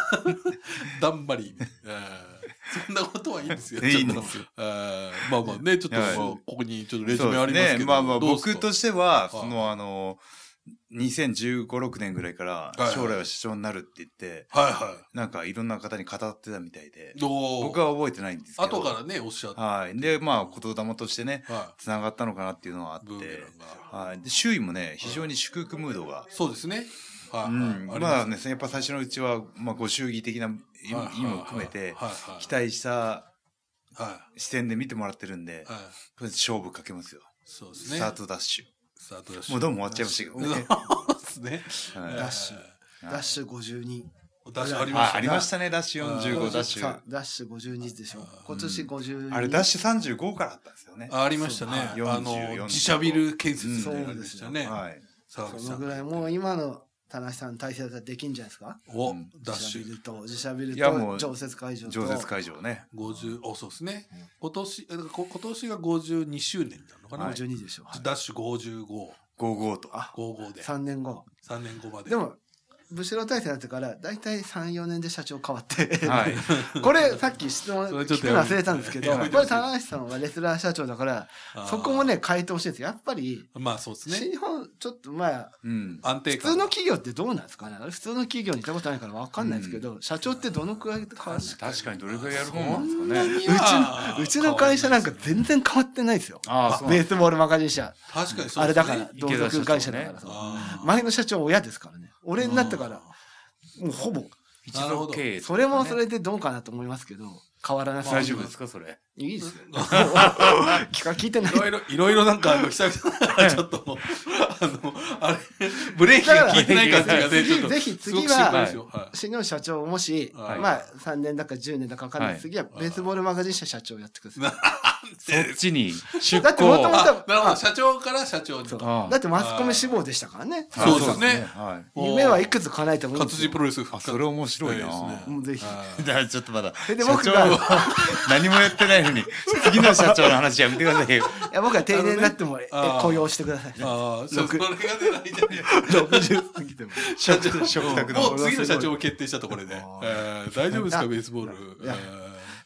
Speaker 2: だんまり。うんそんなことはいいんですよ。
Speaker 1: いいんです
Speaker 2: よ。あーまあまあね、ちょっと、ま
Speaker 1: は
Speaker 2: あ
Speaker 1: い
Speaker 2: ここにちょっとレジュメありますけど。
Speaker 1: ね。まあまあ、
Speaker 2: どうっすか
Speaker 1: 僕としては、
Speaker 2: い
Speaker 1: そのあの、2015、6年ぐらいから
Speaker 2: いはい
Speaker 1: 将来は社長になるって言って、
Speaker 2: はいは
Speaker 1: なんかいろんな方に語ってたみたいで
Speaker 2: い。、どう
Speaker 1: 僕は覚えてないんですけど。
Speaker 2: 後からね、おっしゃって。
Speaker 1: はい。で、まあ、言霊としてね、
Speaker 2: は
Speaker 1: 繋がったのかなっていうのはあっ
Speaker 2: い。ブーメ
Speaker 1: て
Speaker 2: ラン、が。
Speaker 1: はい。で、周囲もね、非常に祝福ムードが、
Speaker 2: そうですね。は
Speaker 1: う
Speaker 2: いはい。
Speaker 1: ん。
Speaker 2: り
Speaker 1: まあね、やっぱ最初のうちは、まあ、ご祝儀的な意
Speaker 2: はいはいはい
Speaker 1: 味意味も含めて、
Speaker 2: はいはい
Speaker 1: 期待した
Speaker 2: は
Speaker 1: 視点で見てもらってるんで
Speaker 2: い。、はい。
Speaker 1: 勝負かけますよ。
Speaker 2: そうですね。
Speaker 1: スタートダッシ
Speaker 2: スタートダッ
Speaker 1: ュ。
Speaker 2: シュ。
Speaker 1: もうどうも終わっちゃいましたけどね。
Speaker 2: そうですね。
Speaker 1: はい
Speaker 3: ダッシュ
Speaker 2: はい。
Speaker 3: ダッシュ52。
Speaker 2: ダッシュありまし
Speaker 1: あ
Speaker 2: た
Speaker 1: あ
Speaker 2: ね
Speaker 1: りましたね、ダッシュ45、ダッシュ
Speaker 3: さ。ダッシュ52でしょ。今年52。
Speaker 1: あれ、ダッシュ35からあったんですよね。
Speaker 2: あありましたね。
Speaker 1: そう
Speaker 2: あ
Speaker 1: 40
Speaker 2: の、自社ビル建設みたいなのあ
Speaker 3: うん
Speaker 2: りましたね。
Speaker 1: はい。
Speaker 2: 沢口
Speaker 3: そ
Speaker 2: さ
Speaker 3: の
Speaker 2: ん
Speaker 3: ぐらい、もう今の田中さんの体制だったらできんじゃないですか
Speaker 2: お
Speaker 1: うん、
Speaker 2: ダッシ
Speaker 3: 自社ビ
Speaker 2: ュ。
Speaker 3: ルと、自社ビル
Speaker 1: いやもう
Speaker 3: と、常設会場と。
Speaker 1: 常設会場ね。
Speaker 2: 50、お、そうですね。今年、えだからこ今年が52周年なのかな、
Speaker 3: 52でしょ。
Speaker 2: ダッシュ55、
Speaker 1: 55と。
Speaker 2: 55で、
Speaker 3: 3年後。
Speaker 2: 3年後まで。
Speaker 3: でも、武士郎体制になってから、だいたい3、4年で社長変わって。
Speaker 1: はい。
Speaker 3: これ、さっき質問
Speaker 2: それちょっ
Speaker 3: 聞
Speaker 2: と
Speaker 3: くの忘れたんですけど、
Speaker 2: や
Speaker 3: こ
Speaker 2: め
Speaker 3: れ
Speaker 2: てほしい
Speaker 3: 田中さんはレスラー社長だから、
Speaker 2: あー
Speaker 3: そこも、ね、変えてほしいんですよ。やっぱり、
Speaker 2: まあそうです
Speaker 3: 新
Speaker 2: ね。
Speaker 3: 日本、ちょっとまあ、
Speaker 1: うん。
Speaker 2: 安定
Speaker 3: 普
Speaker 2: 感。
Speaker 3: 通の企業ってどうなんですかね普通の企業にいたことないから分かんないですけど、社長ってどのくらい変わるんですか
Speaker 1: 確かにどれくらいやるもんなんですかね。
Speaker 2: あー
Speaker 3: うちの会社なんか全然変わってないですよ。
Speaker 1: ああ、そうなん
Speaker 3: ベ
Speaker 1: で
Speaker 3: ー
Speaker 1: す
Speaker 3: スボールマガジン社。
Speaker 2: 確かにそう
Speaker 3: あ
Speaker 2: で
Speaker 3: れ
Speaker 2: すね。
Speaker 3: だから、同族会社だからさ。
Speaker 2: あー
Speaker 3: 前の社長親ですからね。俺になってから、もうほぼ。
Speaker 1: 一族経営とか
Speaker 3: そ
Speaker 1: ね
Speaker 3: れもそれでどうかなと思いますけど、変わらなさ
Speaker 1: 大
Speaker 3: い。
Speaker 1: 丈夫ですか、それ。
Speaker 3: いいです よ。聞か聞いてない
Speaker 2: い。ろいろ、いろいろなんか、あの久々、 ちょっともう、あの、あれ、ブレーキが効いてない感 じがね、ちょっ
Speaker 3: 次、
Speaker 2: と。
Speaker 3: ぜひ
Speaker 2: すご
Speaker 3: 次
Speaker 2: く心配
Speaker 3: は
Speaker 2: で、すよ。はい
Speaker 3: 新日本社長をもし、
Speaker 2: はい
Speaker 3: まあ3年だか10年だか分かんない。
Speaker 1: はい
Speaker 3: 次はベースボールマガジン社社長やってください。
Speaker 1: そっちに出
Speaker 3: だってもと
Speaker 1: 向
Speaker 3: も。と
Speaker 2: あ、なるほど。社長から社長にと。
Speaker 1: あ
Speaker 3: だってマスコミ志望でしたからね。
Speaker 1: あ
Speaker 2: そうですね
Speaker 1: は
Speaker 3: 夢はいくつ叶えてもいいんで
Speaker 2: 活
Speaker 3: す
Speaker 2: 字
Speaker 3: よ
Speaker 2: プロレス
Speaker 1: い。あ、
Speaker 2: 復活。
Speaker 1: それ面白いな。
Speaker 2: です
Speaker 3: もうぜひ。
Speaker 2: はい
Speaker 1: だからちょっとまだ。
Speaker 3: で僕
Speaker 1: 社
Speaker 3: が
Speaker 1: 長何もやってないのに、次の社長の話やめてください よ。
Speaker 3: いや僕は定年になっても、え
Speaker 2: あー
Speaker 3: 雇用してください。
Speaker 2: ああ、そうそ
Speaker 3: 六
Speaker 2: れが出ないじゃない
Speaker 3: 60過ぎても。
Speaker 2: 社長、
Speaker 1: 食卓の
Speaker 2: もう次の社長を決定したところで。え
Speaker 3: あ
Speaker 2: ー大丈夫です
Speaker 3: な
Speaker 2: か、
Speaker 3: ん
Speaker 2: ベースボール。
Speaker 3: いや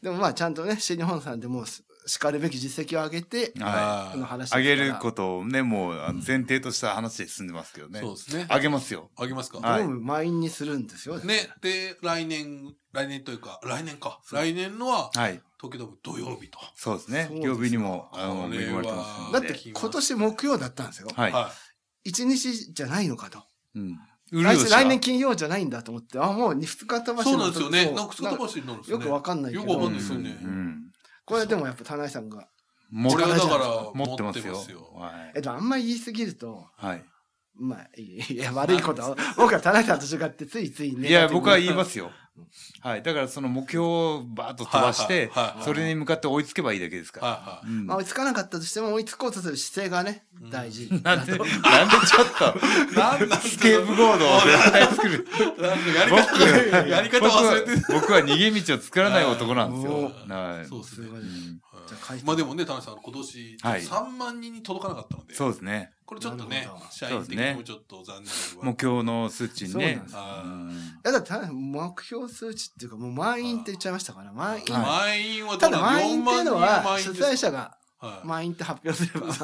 Speaker 3: でもまあちゃんとね、新日本さんでもうす叱るべき実績を上げて、
Speaker 1: は
Speaker 3: この話ですか
Speaker 1: あ
Speaker 3: ら
Speaker 1: げることをね、もうあの前提とした話で進んでますけどね。
Speaker 2: そうですね。
Speaker 1: あげますよ。
Speaker 2: あげますか。
Speaker 1: はい
Speaker 3: どうも満員にするんですよ。
Speaker 2: ね、で、来年、来年というか、来年か。来年のは、
Speaker 1: はい。
Speaker 2: 東京ドーム土曜日と。
Speaker 1: そうですね
Speaker 3: そう。です
Speaker 1: 曜日にも、あの、
Speaker 2: これは
Speaker 1: 恵まれてます
Speaker 3: だ
Speaker 1: の
Speaker 3: っ
Speaker 1: で。
Speaker 3: て今年木曜だったんですよ。
Speaker 1: はい。
Speaker 2: は
Speaker 3: 一日じゃないのかと。
Speaker 1: うん。
Speaker 3: 来週来年金曜じゃないんだと思って、あ、もう二日飛
Speaker 2: い。
Speaker 3: ばし
Speaker 2: そうな
Speaker 3: の
Speaker 2: んですよね。なんか、つ
Speaker 3: そう
Speaker 2: かばしになるんです
Speaker 3: よ
Speaker 2: よね。
Speaker 3: くわかんないけど。
Speaker 2: よくわかんないですよね
Speaker 1: うん。
Speaker 3: これでもやっぱ田中さんが。
Speaker 1: 持
Speaker 2: 俺はだから、
Speaker 1: 持ってますよ
Speaker 2: 持って。
Speaker 1: はい
Speaker 3: えっと、あんまり言いすぎると、
Speaker 1: はい。
Speaker 3: まあ、いいいや、悪いことは、僕は田中さんと違ってついついね。
Speaker 1: いや、僕は言いますよ。はい。だからその目標をバーッと飛ばして
Speaker 2: はいはいはいは、い
Speaker 1: それに向かって追いつけばいいだけですから。
Speaker 2: は
Speaker 1: う
Speaker 2: いはい。
Speaker 1: ん
Speaker 3: まあ、追いつかなかったとしても追いつこうとする姿勢がね、大事。
Speaker 1: なんで、なんでちょっ
Speaker 2: なんなん
Speaker 1: と、スケープゴードを絶対作る。
Speaker 2: なんかやり
Speaker 1: 僕
Speaker 2: 方、やり方
Speaker 1: 僕
Speaker 2: 忘れて
Speaker 1: は、僕は逃げ道を作らない男なんですよ。
Speaker 3: も
Speaker 1: はい。
Speaker 2: そうです
Speaker 3: す
Speaker 2: ね。
Speaker 3: ごい。
Speaker 1: うん
Speaker 3: じゃあ書いて
Speaker 2: まあでもね、田中さん、今年、
Speaker 1: はい
Speaker 2: 3万人に届かなかったので、
Speaker 1: そうですね。
Speaker 2: これちょっとね
Speaker 3: なるほど、
Speaker 2: 社員的にもちょっと残念では
Speaker 1: 目標の数値に
Speaker 3: そうなん
Speaker 1: ね
Speaker 3: で。す
Speaker 2: あ
Speaker 3: いやだって田中さん目標数値っていうか、もう満員って言っちゃいましたから、満員
Speaker 2: ー。
Speaker 1: は
Speaker 2: 満員はど
Speaker 3: た
Speaker 2: う
Speaker 3: だ
Speaker 2: なの
Speaker 3: 満員っていうの
Speaker 2: 4万
Speaker 3: は、
Speaker 2: 人で
Speaker 3: 主
Speaker 2: すか
Speaker 3: 催者が
Speaker 2: はい
Speaker 3: 満員って発表す れば。
Speaker 2: や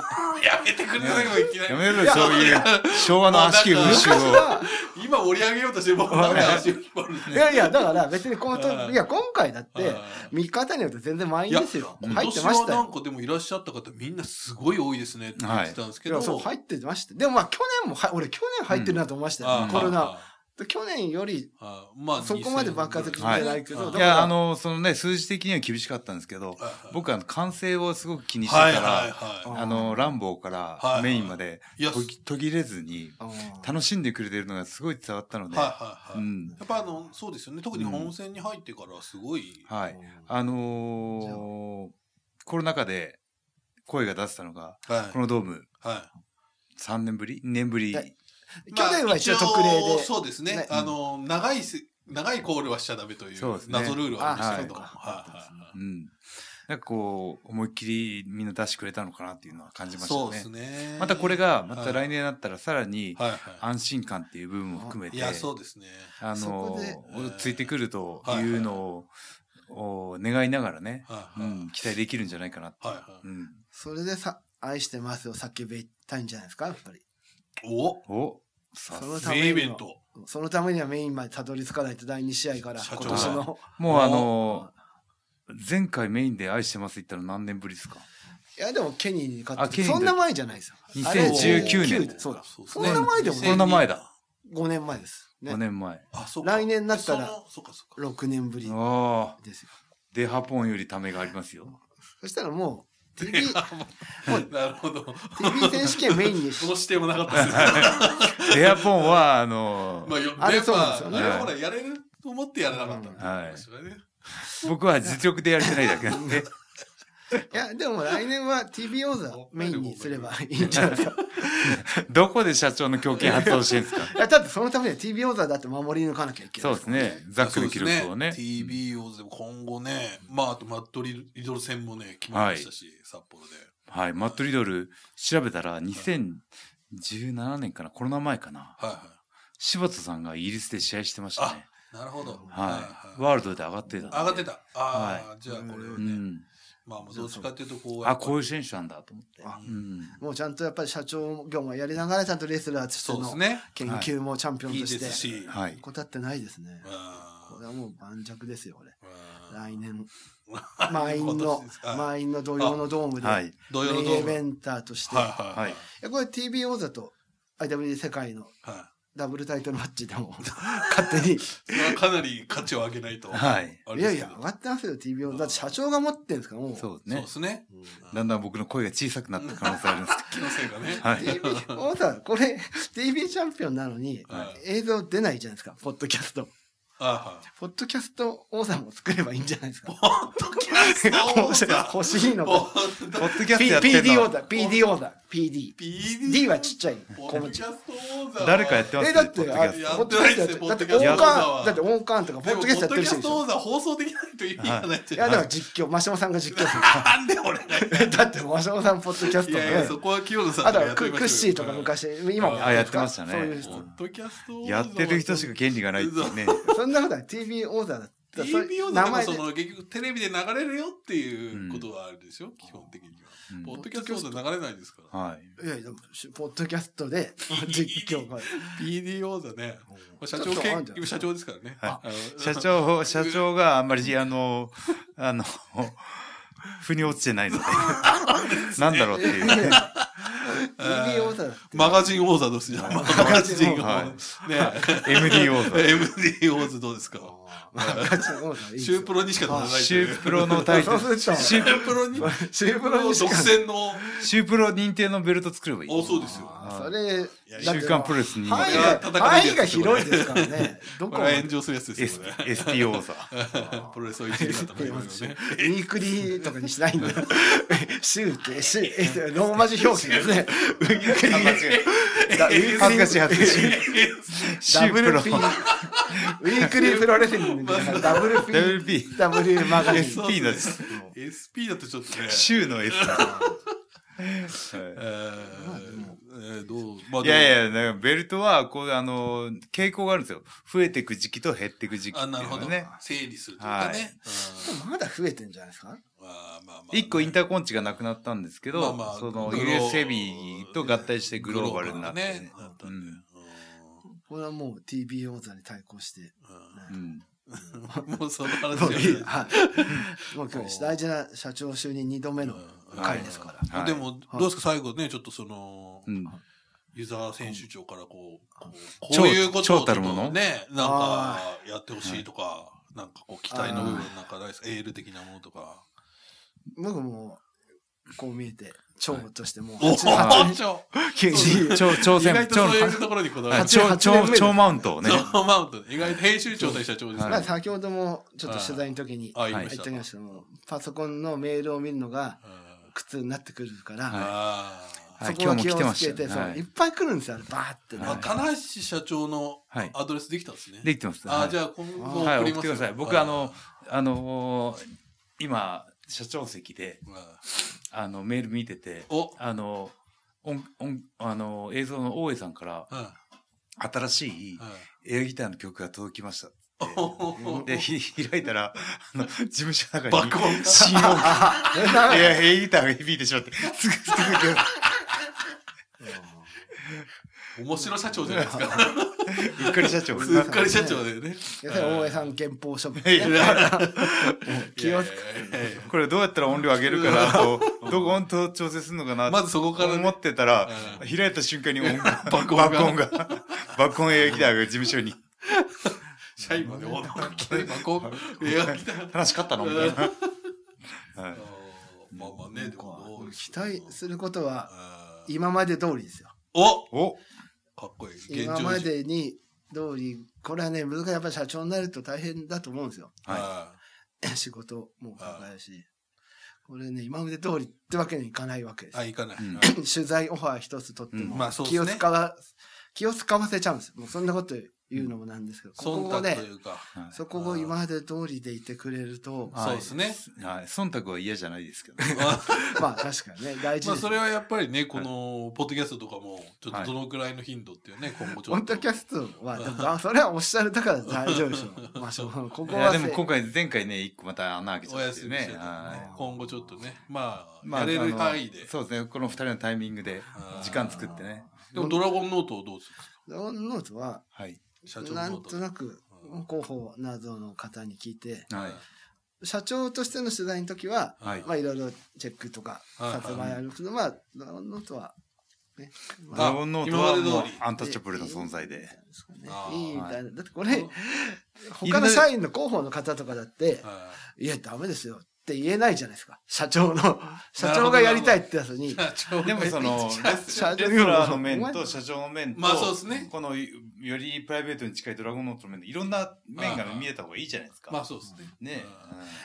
Speaker 2: めてくれないのいきな
Speaker 1: や
Speaker 2: り。
Speaker 1: めろよ、そういう昭和の悪しき風習を。
Speaker 2: 今盛り上げようとしてもうダメだ足を引っ張るね。
Speaker 3: いやいや、だから別にこの
Speaker 2: は
Speaker 3: と、
Speaker 2: い
Speaker 3: いや、今回だって
Speaker 2: は、い
Speaker 3: 見方によって全然満員ですよ。
Speaker 2: 今
Speaker 3: 入って
Speaker 2: 年
Speaker 3: ま
Speaker 2: は
Speaker 3: した
Speaker 2: な
Speaker 3: よ。
Speaker 2: んかでもいらっしゃった方みんなすごい多いですねって言ってたんですけ
Speaker 3: い
Speaker 2: ど、
Speaker 3: やそう入ってました。でもまあ去年もは、俺去年入ってるなと思いましたよ、
Speaker 2: あー
Speaker 3: コロナ。
Speaker 2: は
Speaker 3: 去年より、
Speaker 2: いはいはいまあ、
Speaker 3: そこまで爆発的じ
Speaker 1: ゃ
Speaker 3: ないけど
Speaker 2: はい
Speaker 1: い
Speaker 3: だから
Speaker 1: や、あの、そのね、数字的には厳しかったんですけど、僕はあの完成をすごく気にして
Speaker 2: は
Speaker 1: た
Speaker 2: いはい
Speaker 1: ら、
Speaker 2: は
Speaker 1: あの、乱暴からメインまで
Speaker 2: い。いや、はい
Speaker 1: 途切途切れずに、
Speaker 3: あー
Speaker 1: 楽しんでくれてるのがすごい伝わったので、
Speaker 2: はいは
Speaker 1: う
Speaker 2: い。
Speaker 1: ん。
Speaker 2: やっぱあの、そうですよね。特に本戦に入ってからすごい。
Speaker 1: はい。あのー、コロナ禍で声が出せたのが、
Speaker 2: はい。
Speaker 1: このドーム
Speaker 2: は
Speaker 1: 3年ぶり ?2 年ぶり。
Speaker 3: はい
Speaker 2: い。
Speaker 3: 去年は一応特例
Speaker 2: まあ一応
Speaker 3: で、
Speaker 2: そうですね
Speaker 3: ね。
Speaker 2: あの、長いせ、長いコールはしちゃダメとい
Speaker 1: そうで
Speaker 2: う
Speaker 1: すね
Speaker 2: 謎ルールはありましたけど。
Speaker 3: あ
Speaker 2: はいは
Speaker 1: うん。なんかこう、思いっきりみんな出してくれたのかなっていうのは感
Speaker 2: い
Speaker 1: じ
Speaker 2: はい。
Speaker 1: ました
Speaker 2: そ
Speaker 1: ね。
Speaker 2: うですね。
Speaker 1: またこれが、ま
Speaker 2: は
Speaker 1: た
Speaker 2: い
Speaker 1: 来年になったらさらに
Speaker 2: はいは
Speaker 1: 安心感っていう部分も含め
Speaker 2: い。い
Speaker 1: て、
Speaker 2: や、そうですね。
Speaker 1: あ
Speaker 3: そ
Speaker 1: の
Speaker 3: こで、
Speaker 1: ついてくるというのを、お願いながらね、
Speaker 2: はいは
Speaker 1: う
Speaker 2: い。
Speaker 1: ん、期待できるんじゃないかなって。
Speaker 2: はいは
Speaker 1: うん。
Speaker 3: それでさ、愛してますを叫びたいんじゃないですか、やっぱり。
Speaker 2: い。お
Speaker 1: おさ
Speaker 3: そのた
Speaker 2: メ
Speaker 3: め
Speaker 2: インイベ
Speaker 3: に
Speaker 2: ン
Speaker 3: は、
Speaker 2: ト。
Speaker 3: そのためにはメインまでたどり着かないと第2試合から、
Speaker 2: 社
Speaker 3: 今
Speaker 2: 長
Speaker 3: 年の。
Speaker 1: もうあの、前回メインで愛してます言ったら何年ぶりですか
Speaker 3: いや、でもケニーに勝っ
Speaker 1: あ
Speaker 3: て、
Speaker 1: ケニー
Speaker 3: そ
Speaker 1: だ
Speaker 3: んな前じゃないですよ。あれ
Speaker 1: 2019年
Speaker 3: 19そうだ。
Speaker 2: そうです
Speaker 3: そん
Speaker 2: ね
Speaker 3: な前でも
Speaker 1: コロナ前だ。
Speaker 3: 5年前です。
Speaker 1: ?5
Speaker 3: ね。
Speaker 1: 年前。
Speaker 2: あ、そうか
Speaker 3: 来年になったら
Speaker 2: そのそうかそうか。
Speaker 3: 6年ぶり
Speaker 1: ああ、
Speaker 3: ですよ。
Speaker 1: デハポンよりためがありますよ。
Speaker 3: そしたらもう、TV、
Speaker 2: なるほど。こ
Speaker 3: TV 選手権メイ ンにし
Speaker 2: の視点もなかったですね。
Speaker 1: デハポンは、あの、
Speaker 2: まあ、よ
Speaker 3: あれ
Speaker 2: やっ
Speaker 3: そうな
Speaker 2: ぱ
Speaker 3: んですよ
Speaker 1: ね
Speaker 2: あれはほら、やれると思ってやらなかったんだ
Speaker 1: はい
Speaker 2: 私はね
Speaker 1: 僕は実力でやれてないだけなんで。
Speaker 3: いや、でも来年は TV 王座メインにすればいいんじゃない ですか。
Speaker 1: どこで社長の狂犬発動してるんですか
Speaker 3: いや、だってそのためには TV 王座だって守り抜かなきゃいけな
Speaker 1: そ
Speaker 3: い。
Speaker 1: うですね。ざっくり記録をね。
Speaker 2: そうですね TV をでも今後ね、まあ、あとマットリドル戦もね、決まりましたし、札幌で。
Speaker 1: はい。マットリドル調べたら2017年かなコロナ前かな
Speaker 2: はいは
Speaker 1: 柴田さんがイギリスで試合してましたね。
Speaker 2: い。なるほど。
Speaker 1: はい。ワールドで上がってたん
Speaker 2: 上
Speaker 1: で。
Speaker 2: がってた。ああ、じゃあこれを
Speaker 1: う
Speaker 2: ね。
Speaker 1: ん。
Speaker 2: まあ、もうどっちかっていうと、こう。
Speaker 1: あ、こうい
Speaker 2: ういう
Speaker 1: 選手なんだと思って。
Speaker 3: あ
Speaker 1: う。ん。
Speaker 3: もうちゃんとやっぱり社長業もやりながらちゃんとレスラーとし
Speaker 2: そ
Speaker 3: て
Speaker 2: うで
Speaker 3: の
Speaker 2: すね。
Speaker 3: 研究もチャンピオン
Speaker 2: いいで
Speaker 3: とし
Speaker 2: す
Speaker 3: て
Speaker 2: し。
Speaker 1: はい。
Speaker 3: 怠ってないですね。こ
Speaker 2: う
Speaker 3: れはもう盤石ですよ、俺。
Speaker 2: ん
Speaker 3: 来年。
Speaker 2: うん
Speaker 3: 満 員
Speaker 2: 今
Speaker 3: の
Speaker 2: 年ですか、
Speaker 3: 満員の土曜のドームで、
Speaker 1: はい。
Speaker 2: 土曜のド
Speaker 3: メインイ
Speaker 2: ーム
Speaker 3: ベンターとして。い
Speaker 2: はい
Speaker 3: や
Speaker 2: はいはい。
Speaker 3: これ TV 王座と IW 世界の
Speaker 2: は
Speaker 3: ダブルタイトルマッチで も勝手に。
Speaker 2: い。それはかなり価値を上げないと。
Speaker 1: はい。
Speaker 2: あれ
Speaker 3: い
Speaker 2: で
Speaker 3: や
Speaker 2: す
Speaker 3: い
Speaker 2: けど
Speaker 3: や、上がってますよ、TV 王座。だって社長が持ってんですから、もう。
Speaker 1: そうです
Speaker 2: そう
Speaker 1: ね
Speaker 2: で。すね。
Speaker 3: うん
Speaker 1: だんだん僕の声が小さくなった可能性あるんです
Speaker 2: 気のせいかね。
Speaker 1: はい
Speaker 3: DB、王さん、これ、DB チャンピオンなのに、
Speaker 2: は
Speaker 3: 映像出ないじゃないですか、ポッドキャスト。
Speaker 2: あ
Speaker 3: ポッドキャスト王さんも作ればいいんじゃないで すか。
Speaker 2: あ。ポッドキャスト王座
Speaker 3: 欲しいの
Speaker 2: ポ
Speaker 3: か。
Speaker 2: ッ
Speaker 1: け
Speaker 2: ド
Speaker 1: ど。ポッドキャスト
Speaker 3: P-
Speaker 1: やってん
Speaker 3: PD 王
Speaker 1: の
Speaker 3: 座、PD 王座、PD。
Speaker 2: PD
Speaker 3: D はちっちゃい。
Speaker 2: ポ
Speaker 3: 小
Speaker 2: ッド
Speaker 3: 文
Speaker 2: キ
Speaker 3: 字
Speaker 2: ャスト王座は
Speaker 1: 誰かやってます
Speaker 3: え、
Speaker 1: ね
Speaker 3: だっ
Speaker 1: ポッ
Speaker 3: て、
Speaker 1: ドキ
Speaker 3: あ
Speaker 1: ャスト
Speaker 2: や
Speaker 3: ポッ
Speaker 2: っ
Speaker 3: ド
Speaker 2: て
Speaker 3: キ
Speaker 2: な
Speaker 3: ャ
Speaker 2: い
Speaker 3: ス
Speaker 2: ですね
Speaker 3: ト
Speaker 2: ポ
Speaker 3: やって、だって、
Speaker 2: ッドキャスト
Speaker 3: オン
Speaker 2: 王座
Speaker 3: カ
Speaker 2: は
Speaker 3: ーン、だって、オンカーンとか、ポッドキャストやって
Speaker 2: で
Speaker 3: る人で
Speaker 2: も
Speaker 3: し
Speaker 2: ポッド。キャス
Speaker 3: ょ
Speaker 2: ト王座放送できないと意味がない
Speaker 3: い
Speaker 2: じゃ
Speaker 3: や、
Speaker 2: ない
Speaker 3: でも実況、マシモさんが実況す
Speaker 2: なんで俺がやる
Speaker 3: る。 だって、マシモさん、ポッドキャス
Speaker 2: いやいや、
Speaker 3: ト
Speaker 2: そ
Speaker 3: ね。
Speaker 2: こは清野さん
Speaker 3: あと
Speaker 2: がや
Speaker 3: は
Speaker 2: って
Speaker 3: ク、
Speaker 2: みましょうよ
Speaker 3: クッシーとか。昔、今も
Speaker 1: あやってましたね
Speaker 3: そういう
Speaker 2: ポ
Speaker 3: 人。
Speaker 2: ッドキャスト王座
Speaker 1: やってる人しか権利がないっていうね。
Speaker 3: そんなことは TV 王座だだからそれ
Speaker 2: EBO で
Speaker 3: 名
Speaker 2: も
Speaker 3: 前
Speaker 2: そ
Speaker 3: で
Speaker 2: の結局テレビで流れるよっていうことはあるでしょ、基本的には。
Speaker 1: うん
Speaker 2: ポッドキャストで流れないですから。
Speaker 1: はい。
Speaker 3: いやいや、ポッドキャス トで、実況が。
Speaker 2: PDO だね。まあ社長
Speaker 3: ちょっとあんじゃ
Speaker 2: 兼、
Speaker 3: ん
Speaker 2: 社長ですからね。
Speaker 1: はい
Speaker 2: あの
Speaker 1: 社長、社長があんまり、あの、あの、腑に落ちてないので、なんだろうっていう。
Speaker 3: EBO だ。
Speaker 2: マガジン王座どうすじゃん。マガジン王座。
Speaker 1: は
Speaker 2: ね
Speaker 1: MD 王座。
Speaker 2: MD 王座どうですか
Speaker 3: まあ、ガチの王座いいです
Speaker 2: シ
Speaker 3: よ
Speaker 2: ュープロにしか出さないという。
Speaker 1: シュープロのタイトル。
Speaker 3: そうすると
Speaker 1: シュ
Speaker 2: シュープロに、
Speaker 3: シ
Speaker 2: シュープロ独
Speaker 3: しか
Speaker 2: 占の、
Speaker 1: シュープロ認定のベルト作ればいい。
Speaker 2: おそうですよ。
Speaker 3: あーそれ、
Speaker 2: いや
Speaker 1: 週刊プロレスに
Speaker 3: 範囲
Speaker 2: これは
Speaker 3: が、
Speaker 2: 叩かれる
Speaker 3: 範
Speaker 2: やつ
Speaker 3: 囲が広いですからね。ど
Speaker 2: こ
Speaker 3: こ
Speaker 2: れ
Speaker 3: ま
Speaker 2: は
Speaker 3: で
Speaker 2: 炎上するやつですよね。
Speaker 1: ST 王 座。
Speaker 2: プロレスを1位だと思いますよね。
Speaker 3: ウィークリーとかにしないん だ。週って、週、え ローマ字表記で すね。ウィークリー。だウィークリー
Speaker 1: 恥ずかしい恥ずかしい。シュープロ。
Speaker 3: WP。ウィークリープロレスリングだから WP。
Speaker 1: WP。
Speaker 3: W マガジン。
Speaker 1: SP だし。
Speaker 2: SP だとちょっとね。
Speaker 1: シューの S だ。はい
Speaker 2: えーえーどうまあ
Speaker 1: いやいや、なんかベルトは、こう、あの、傾向があるんですよ。増えていく時期と減っていく時期っ
Speaker 2: あ、
Speaker 1: ていうの
Speaker 2: なるほ
Speaker 1: が
Speaker 2: ど
Speaker 1: ね。。
Speaker 2: 整理するというか
Speaker 1: はい
Speaker 2: ね。
Speaker 3: まだ増えてんじゃないですか
Speaker 2: うんまあまあまあ。
Speaker 1: 一個インターコンチがなくなったんですけど、
Speaker 2: まあまあ
Speaker 1: その
Speaker 2: グロ
Speaker 1: US ヘビーと合体してグローバルになって、
Speaker 2: グローバルなねなったんで
Speaker 1: うん
Speaker 3: これはもう TB 王座に対抗して。
Speaker 1: う
Speaker 3: ね
Speaker 1: ん
Speaker 2: うんもうその話
Speaker 3: もうい い
Speaker 2: は
Speaker 3: はいもう今日大事な社長就任2度目の回ですから。
Speaker 2: うん
Speaker 1: はい
Speaker 2: でも、どうですか、最後ね、ちょっとその
Speaker 1: う、ん
Speaker 2: ユーザー選手長からこう、こう
Speaker 1: 超
Speaker 2: こういうことを
Speaker 1: 超たるもの
Speaker 2: ね、なんか
Speaker 3: あ
Speaker 2: やってほしいとか、なんかこう期待の部分なんかないですかエール的なものとか。
Speaker 3: 僕もう、こう見えて、長としてもう
Speaker 2: お
Speaker 3: 8
Speaker 2: お
Speaker 3: 年、
Speaker 2: 超
Speaker 1: 超挑
Speaker 2: 意
Speaker 1: 戦
Speaker 2: 外、と
Speaker 1: 超
Speaker 2: そういうところにこだわ
Speaker 1: はい
Speaker 2: る。
Speaker 3: 八
Speaker 1: 超、
Speaker 3: 八年目
Speaker 1: 超、
Speaker 3: です
Speaker 1: 超マウントをね。
Speaker 2: そうマウントね。意外と編集長対社長です
Speaker 3: まあ
Speaker 2: ね。
Speaker 3: 先ほどもちょっと取材の時に
Speaker 2: あ、言い
Speaker 1: は
Speaker 2: ま
Speaker 1: い
Speaker 2: し。
Speaker 3: 言ったて
Speaker 2: う
Speaker 3: き
Speaker 2: ん
Speaker 3: ましたけど、パソコンのメールを見るのが苦痛になってくるから、
Speaker 2: あー
Speaker 1: はい
Speaker 3: そこは気を
Speaker 1: 今日も
Speaker 3: つ
Speaker 1: 来てま
Speaker 3: け
Speaker 1: した
Speaker 3: て、
Speaker 1: よ
Speaker 3: そう
Speaker 1: はい
Speaker 3: いっぱい来るんですよ、バーってね。
Speaker 2: あ棚橋社長の
Speaker 1: はい
Speaker 2: アドレスできたんですね。
Speaker 1: できてます。
Speaker 2: あ
Speaker 1: は
Speaker 2: ー
Speaker 1: い
Speaker 2: じゃあ今後
Speaker 1: はい、送
Speaker 2: 送り
Speaker 1: って
Speaker 2: ます
Speaker 1: く
Speaker 2: よ
Speaker 1: ださい。僕、あの、、あのー今、社長席で、
Speaker 2: うん
Speaker 1: あの、メール見てて、
Speaker 2: お、
Speaker 1: あの、音、音、あの、映像の大江さんから、
Speaker 2: うん
Speaker 1: 新しいエアギターの曲が届きましたって。
Speaker 2: うん
Speaker 1: で、ひ開いたら、あの、事務所の中に
Speaker 2: 爆、音。
Speaker 1: 新音が、
Speaker 3: ダメ
Speaker 1: いや、エアギターが響いてしまって、すぐ、すぐ、
Speaker 2: 面白社長じゃないですか。
Speaker 1: うっかり社長。
Speaker 2: うっかり社長だよね。
Speaker 3: やっぱり大江さん憲法書文、
Speaker 1: いやいや
Speaker 3: 気をつ
Speaker 1: これどうやったら音量上げるかなと、どこ音と調整するのかな
Speaker 2: まずそこからね
Speaker 1: 思ってたら、
Speaker 2: う
Speaker 1: 開いた瞬間に音が
Speaker 2: 爆
Speaker 1: 爆
Speaker 2: 音が
Speaker 1: 音が、爆音エアギターが事務所に、
Speaker 2: 社員まで驚きたい。まあ、こ う、いや、来た。
Speaker 1: 話しかったのみたいな。はい
Speaker 2: まあまあね、でも、
Speaker 3: 期待することは
Speaker 2: あー
Speaker 3: 今まで通りですよ。
Speaker 2: お
Speaker 1: お
Speaker 2: かっこいい。現状
Speaker 3: 今までに通り、これはね、難しい。やっぱり社長になると大変だと思うんですよ。
Speaker 1: は
Speaker 2: は
Speaker 3: 仕事も考えるし。これね、今まで通りってわけにいかないわけで
Speaker 2: い。あ、行かない。
Speaker 1: うん
Speaker 2: はい
Speaker 3: す。取材オファー一つ取って
Speaker 1: う
Speaker 3: も
Speaker 1: ん
Speaker 2: まあそうです
Speaker 3: 気
Speaker 2: ね
Speaker 3: を使わ、気を使わせちゃうんですよ。もうそんなこと言うのもなんですけど、こ
Speaker 2: 忖
Speaker 3: こを
Speaker 2: 度と
Speaker 3: ね
Speaker 2: い、うか。
Speaker 1: い。はい
Speaker 3: そこを今まで通りでいてくれると、
Speaker 2: あそうですね。
Speaker 1: はい。忖度は嫌じゃないですけどね。
Speaker 3: まあ確かにね、大事
Speaker 2: まあ
Speaker 3: です
Speaker 2: そ。れはやっぱりね、この、ポッドキャストとかも、ちょっとどのくらいの頻度っていうね、今後ちょ
Speaker 3: ポ
Speaker 2: っ
Speaker 3: ッ
Speaker 2: と。
Speaker 3: ドキャストは、でもあそれはおっしゃるだから大丈夫でしょう。まあ、しょ うがないこ
Speaker 1: い
Speaker 3: こ
Speaker 1: や、
Speaker 3: は
Speaker 1: で
Speaker 3: せ
Speaker 1: も今回、前回ね、一個また穴開けち
Speaker 2: お
Speaker 1: ゃっ
Speaker 2: 休
Speaker 1: て
Speaker 2: みして
Speaker 1: ね
Speaker 2: た。からね
Speaker 1: はい
Speaker 2: 今後ちょっとね、まあ、
Speaker 1: まあ
Speaker 2: やれる
Speaker 1: の
Speaker 2: 範囲で。
Speaker 1: そうですね。この二人のタイミングで、時間作ってね。
Speaker 2: でも、ドラゴンノートをどうする
Speaker 3: ドンノートは、
Speaker 1: はい。
Speaker 2: 社長
Speaker 3: な
Speaker 2: ノー
Speaker 3: ん
Speaker 2: ト
Speaker 3: と。なく、広報などの方に聞いて、
Speaker 1: はい。
Speaker 3: 社長としての取材の時は、
Speaker 1: はい
Speaker 3: まあ、いろいろチェックとか、
Speaker 2: はい
Speaker 3: 撮影あるけど、まあ、ドンノートは、ね、ま
Speaker 1: ド
Speaker 3: あ
Speaker 1: ラゴンノートは
Speaker 2: 今
Speaker 1: も
Speaker 2: ま
Speaker 1: う
Speaker 2: で通り
Speaker 1: アンタッチャブルの存在で。。
Speaker 2: あー
Speaker 3: いいみたいな。だってこ
Speaker 2: はい
Speaker 3: れ、他の社員の広報の方とかだって、
Speaker 2: はい
Speaker 3: や、ダメですよって言えないじゃないですか。社長の、社長がやりたいってやつに。
Speaker 2: い
Speaker 1: でもそ の、
Speaker 3: 社
Speaker 1: レ
Speaker 3: 長
Speaker 1: スラーの面と社長の面と、
Speaker 2: まあそうですね
Speaker 1: このよりプライベートに近いドラゴンノートの面で、いろんな面が見えた方がいいじゃないですか。
Speaker 2: まあそうですね。
Speaker 1: ね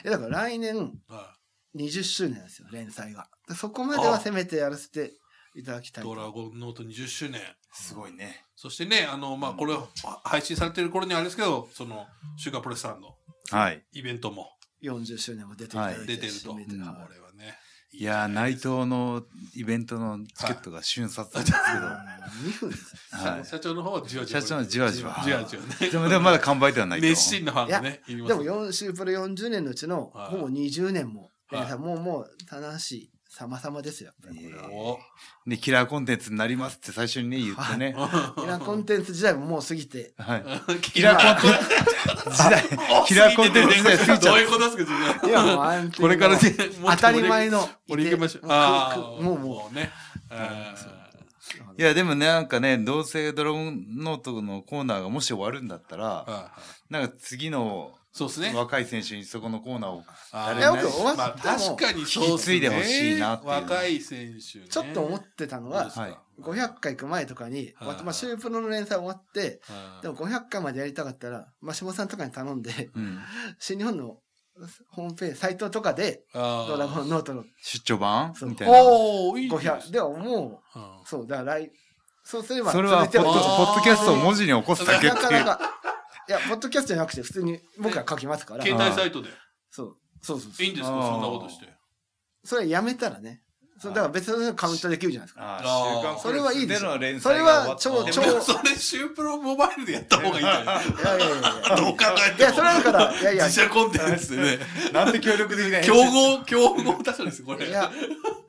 Speaker 3: えだから来年
Speaker 2: は
Speaker 3: 20周年ですよ、連載が。でそこまではせめてやらせていただき
Speaker 2: い
Speaker 3: たいと。
Speaker 2: ドラゴンノート20周年。
Speaker 1: すごいね。
Speaker 2: そしてね、あの、まあ、これ、配信されてる頃にはあれですけど、その、シュガープレスさんの
Speaker 1: はい。
Speaker 2: イベントも
Speaker 3: 40周年も出ていただいて、
Speaker 2: 出てると。
Speaker 3: 締
Speaker 2: こ
Speaker 3: め
Speaker 2: れ
Speaker 3: て
Speaker 2: は
Speaker 3: はい
Speaker 2: ね。
Speaker 1: いやー、内藤のイベントのチケットが瞬殺だったん
Speaker 3: 2分
Speaker 1: は
Speaker 2: はいい、社長の方はじわ
Speaker 1: です
Speaker 2: じ
Speaker 1: けど、
Speaker 2: わ。
Speaker 1: 社長はじわじわ。
Speaker 2: じわじわね。
Speaker 1: でも、でもまだ完売ではないと。
Speaker 2: 熱心なファンがね、います
Speaker 3: でも4週プロ40年のうちの
Speaker 2: はい
Speaker 3: ほぼ20年も、
Speaker 2: はい
Speaker 3: えーさもうもう棚橋様々ですよ。やっぱりこれは
Speaker 2: お
Speaker 1: ね、キラーコンテンツになりますって最初にね、言ってね。
Speaker 3: キラー コンテンツ時代ももう過ぎて、
Speaker 1: はい。キ
Speaker 2: キ
Speaker 1: ラ
Speaker 2: ラ
Speaker 1: ーコンテンツ時 代、キラーコンテンツ時代過ぎち
Speaker 2: どう
Speaker 1: ゃ。
Speaker 2: いううことですか、自分
Speaker 3: いやもう安定 の
Speaker 2: これからね、
Speaker 3: 当たり前
Speaker 2: の。
Speaker 3: の
Speaker 2: 俺行きましょう。あ
Speaker 3: も
Speaker 2: あ、
Speaker 3: うもうも
Speaker 2: うね。
Speaker 1: いや、でもね、なんかね、どうせドラゴンノートのコーナーがもし終わるんだったら、なんか次の
Speaker 2: そうですね。
Speaker 1: 若い選手にそこのコーナーを、
Speaker 2: あ
Speaker 1: い
Speaker 2: ー
Speaker 1: やよく
Speaker 3: 終わって
Speaker 2: ま
Speaker 3: も
Speaker 2: あ確かにそう
Speaker 1: 引き継いでほしいなっていう
Speaker 2: 若い選手ね。
Speaker 3: うちょっと思ってた
Speaker 2: そ
Speaker 3: の
Speaker 2: うで
Speaker 3: は
Speaker 2: す、か
Speaker 1: はい
Speaker 3: 500回行く前とかに、
Speaker 2: はい
Speaker 3: まあ、シュープロの連載終わって、
Speaker 2: うん
Speaker 3: でも500回までやりたかったら、まあ、下さんとかに頼んで、
Speaker 1: うん、
Speaker 3: 新日本のホームページ、サイトとかで、
Speaker 2: あー
Speaker 3: ドラゴンノートの
Speaker 1: 出張版
Speaker 3: そう
Speaker 1: みたいな。
Speaker 2: おーいいです
Speaker 3: 500、でもも
Speaker 2: うん
Speaker 3: う、そう、だから来、そうすれば、
Speaker 1: それはポッド、
Speaker 3: 続いて
Speaker 2: あ
Speaker 3: も
Speaker 2: ー
Speaker 1: ポッドキャストを文字に起こすだけっ
Speaker 3: な
Speaker 1: て
Speaker 3: か
Speaker 1: い
Speaker 3: な
Speaker 1: う。
Speaker 3: か、いや、ポッドキャストじゃなくて、普通に僕は書きますから、
Speaker 2: 携帯サイトで
Speaker 3: そう、そうそうそう
Speaker 2: いいんですか
Speaker 1: あー
Speaker 2: そんなことして
Speaker 3: それやめたらね、そうだから別のカウントできるじゃないです か。
Speaker 1: あ
Speaker 2: あー
Speaker 1: 週刊
Speaker 3: それはいいですよ
Speaker 1: プロレス連
Speaker 3: そ
Speaker 1: 載
Speaker 3: れ
Speaker 1: が
Speaker 3: は
Speaker 1: 終わった
Speaker 3: 超
Speaker 2: で
Speaker 3: 超
Speaker 2: もそれシュープロモバイルでやった方がいいんじゃ ない
Speaker 3: いやいやいやいや。
Speaker 2: どう考えて
Speaker 3: い
Speaker 2: も
Speaker 3: や、それだから、いやいや
Speaker 2: 自、社コンテンツでね
Speaker 1: なんで協力できない
Speaker 2: 競合競合打者ですこれ
Speaker 3: いや、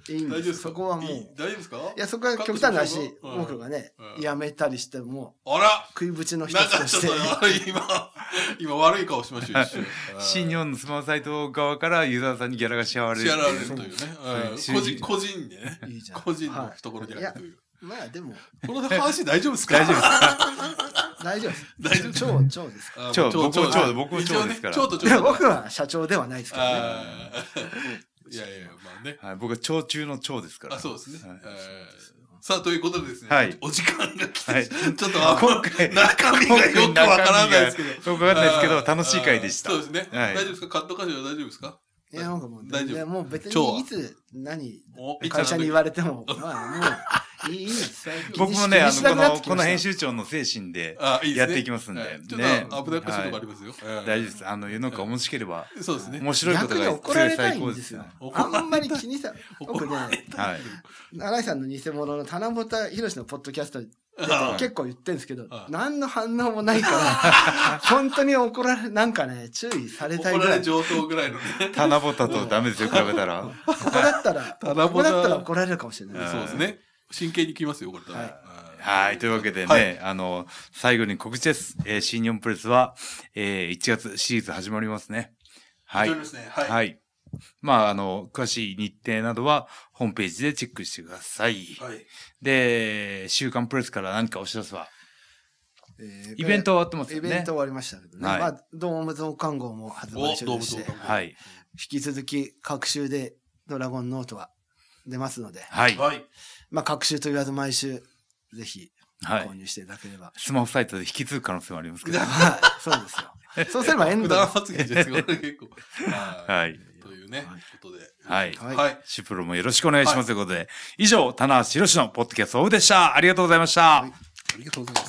Speaker 3: いいん
Speaker 2: 大丈夫
Speaker 3: で。
Speaker 2: ですすか
Speaker 3: そこはもう。
Speaker 2: い
Speaker 3: い
Speaker 2: い大丈夫ですか
Speaker 3: や、そこは極端だし、
Speaker 2: うん
Speaker 3: 僕がね、
Speaker 2: うん
Speaker 3: やめたりしても、
Speaker 2: あら
Speaker 3: 食いぶちの一
Speaker 2: なん
Speaker 3: つ
Speaker 2: か
Speaker 3: と
Speaker 2: ちょ
Speaker 3: し、
Speaker 2: ってと今 今悪い顔しましたよ一瞬
Speaker 1: 新日本のスマホサイト側からユーザーさんにギャラが支払われるっ
Speaker 2: 支
Speaker 1: て
Speaker 2: 払われ
Speaker 1: い
Speaker 2: る
Speaker 1: う。
Speaker 2: というね
Speaker 1: う
Speaker 2: うんん個人個人でね
Speaker 3: いいじゃん。
Speaker 2: 個人の
Speaker 3: はい
Speaker 2: 懐でやるという
Speaker 3: まあ、でも、
Speaker 2: この話大丈夫ですか
Speaker 1: 大丈夫です。
Speaker 3: 大丈夫です。
Speaker 2: 大丈夫です
Speaker 3: 超、超ですか
Speaker 2: あ
Speaker 1: 超
Speaker 2: もう
Speaker 1: 僕も超僕も超
Speaker 2: 一応ね
Speaker 1: ですから
Speaker 2: 超と超
Speaker 3: ら。い や僕は社長ではないですからね。
Speaker 2: あーいやいや、まあね。
Speaker 1: はい、僕は超中の超ですから。
Speaker 2: あ、そうですね。
Speaker 1: はい
Speaker 2: えーさあ、ということでですね、
Speaker 1: はい
Speaker 2: お時間が来て、
Speaker 1: はい
Speaker 2: ちょっとあの
Speaker 1: 今回
Speaker 2: 中身がよくわからないですけど。
Speaker 1: ど。わかんないですけど、楽しい回でした。
Speaker 2: あーそうですね。
Speaker 1: はい
Speaker 2: 大丈夫ですかカット歌手は大丈夫ですか
Speaker 3: いや、なんかもう、
Speaker 2: 大丈夫
Speaker 3: いやもう別
Speaker 2: 超
Speaker 3: に
Speaker 2: はい
Speaker 3: つ、何、
Speaker 2: お
Speaker 3: 会社に言
Speaker 2: わ
Speaker 3: われても、まあ、もう、いい、いいです。
Speaker 1: 僕もね、あ
Speaker 3: 気にしな
Speaker 1: の、
Speaker 3: く
Speaker 1: こ
Speaker 3: なっ
Speaker 1: の、
Speaker 3: てき
Speaker 1: こ
Speaker 3: ました
Speaker 1: の編集長の精神で
Speaker 2: あいいです
Speaker 1: や
Speaker 2: ね
Speaker 1: っていきますんで。
Speaker 2: えーちょ
Speaker 1: ね
Speaker 2: っと危なっかしいとこあり
Speaker 1: は
Speaker 2: ますよ。
Speaker 1: い
Speaker 2: えー
Speaker 1: 大丈夫です。あの、世の中面白ければ、
Speaker 2: そうですね。
Speaker 1: 面白いこと
Speaker 3: 逆に
Speaker 1: が
Speaker 3: 怒られたいんですよ
Speaker 1: ね。。
Speaker 2: 怒ら
Speaker 3: あ
Speaker 2: れたい
Speaker 3: んまり気にさ、
Speaker 2: 怒
Speaker 3: 僕
Speaker 2: ら
Speaker 3: ね、
Speaker 1: はい。
Speaker 3: 新井さんの偽物の棚本博のポッドキャストで
Speaker 2: あ
Speaker 3: 結構言ってるんですけど
Speaker 2: あ、
Speaker 3: 何の反応もないから、本当に怒られ、なんかね、注意されたい
Speaker 2: 怒
Speaker 3: ぐ
Speaker 2: ら
Speaker 3: ら
Speaker 2: れ
Speaker 3: い。こ
Speaker 2: 上等ぐらいのね。
Speaker 1: 棚ぼたとダメですよ、比べたら。
Speaker 3: こだったら、
Speaker 2: 棚本
Speaker 3: ここだったら怒られるかもしれない
Speaker 1: ん
Speaker 3: で
Speaker 2: そうですね。真剣に来ますよ、これ多分。
Speaker 3: はい
Speaker 2: うん
Speaker 1: はい。というわけでね、
Speaker 2: はい
Speaker 1: あの、最後に告知です。えー、新日本プロレスは、えー、1月シリーズ始まりますね。は
Speaker 2: 非
Speaker 1: い
Speaker 2: 常に。ですね。はい。
Speaker 1: はい。まあ、あの、詳しい日程などは、ホームページでチェックしてください。
Speaker 2: はい
Speaker 1: で、週刊プロレスから何かお知らせは、
Speaker 3: す。
Speaker 1: イベント終わってます
Speaker 3: イ
Speaker 1: よね。
Speaker 3: ベント終わりましたけどね。
Speaker 1: はい
Speaker 3: まあ、ドーム増刊号も発売中でして、
Speaker 2: おドーム増
Speaker 3: 引
Speaker 2: 刊号
Speaker 1: はい。
Speaker 3: き続き、各週でドラゴンノートは出ますので、
Speaker 1: はい。
Speaker 2: はい。
Speaker 3: まあ、各週と言わず毎週、ぜひ
Speaker 1: はい
Speaker 3: 購。入していただければ。
Speaker 1: スマホサイトで引き継ぐ可能性もありますけど。
Speaker 3: はい、そうですよ。そうすればエン
Speaker 2: 普
Speaker 3: ド
Speaker 2: 段
Speaker 3: です。
Speaker 2: 発言ですよ、これ結構。
Speaker 1: は。
Speaker 2: はいというね、ことで。
Speaker 1: はい。
Speaker 3: はい
Speaker 2: はい。
Speaker 1: シュプロもよろしくお願いしますということで、以上、棚橋宏のポッドキャストオフでした。ありがとうございました。
Speaker 2: あ
Speaker 3: い
Speaker 2: りがとうございます。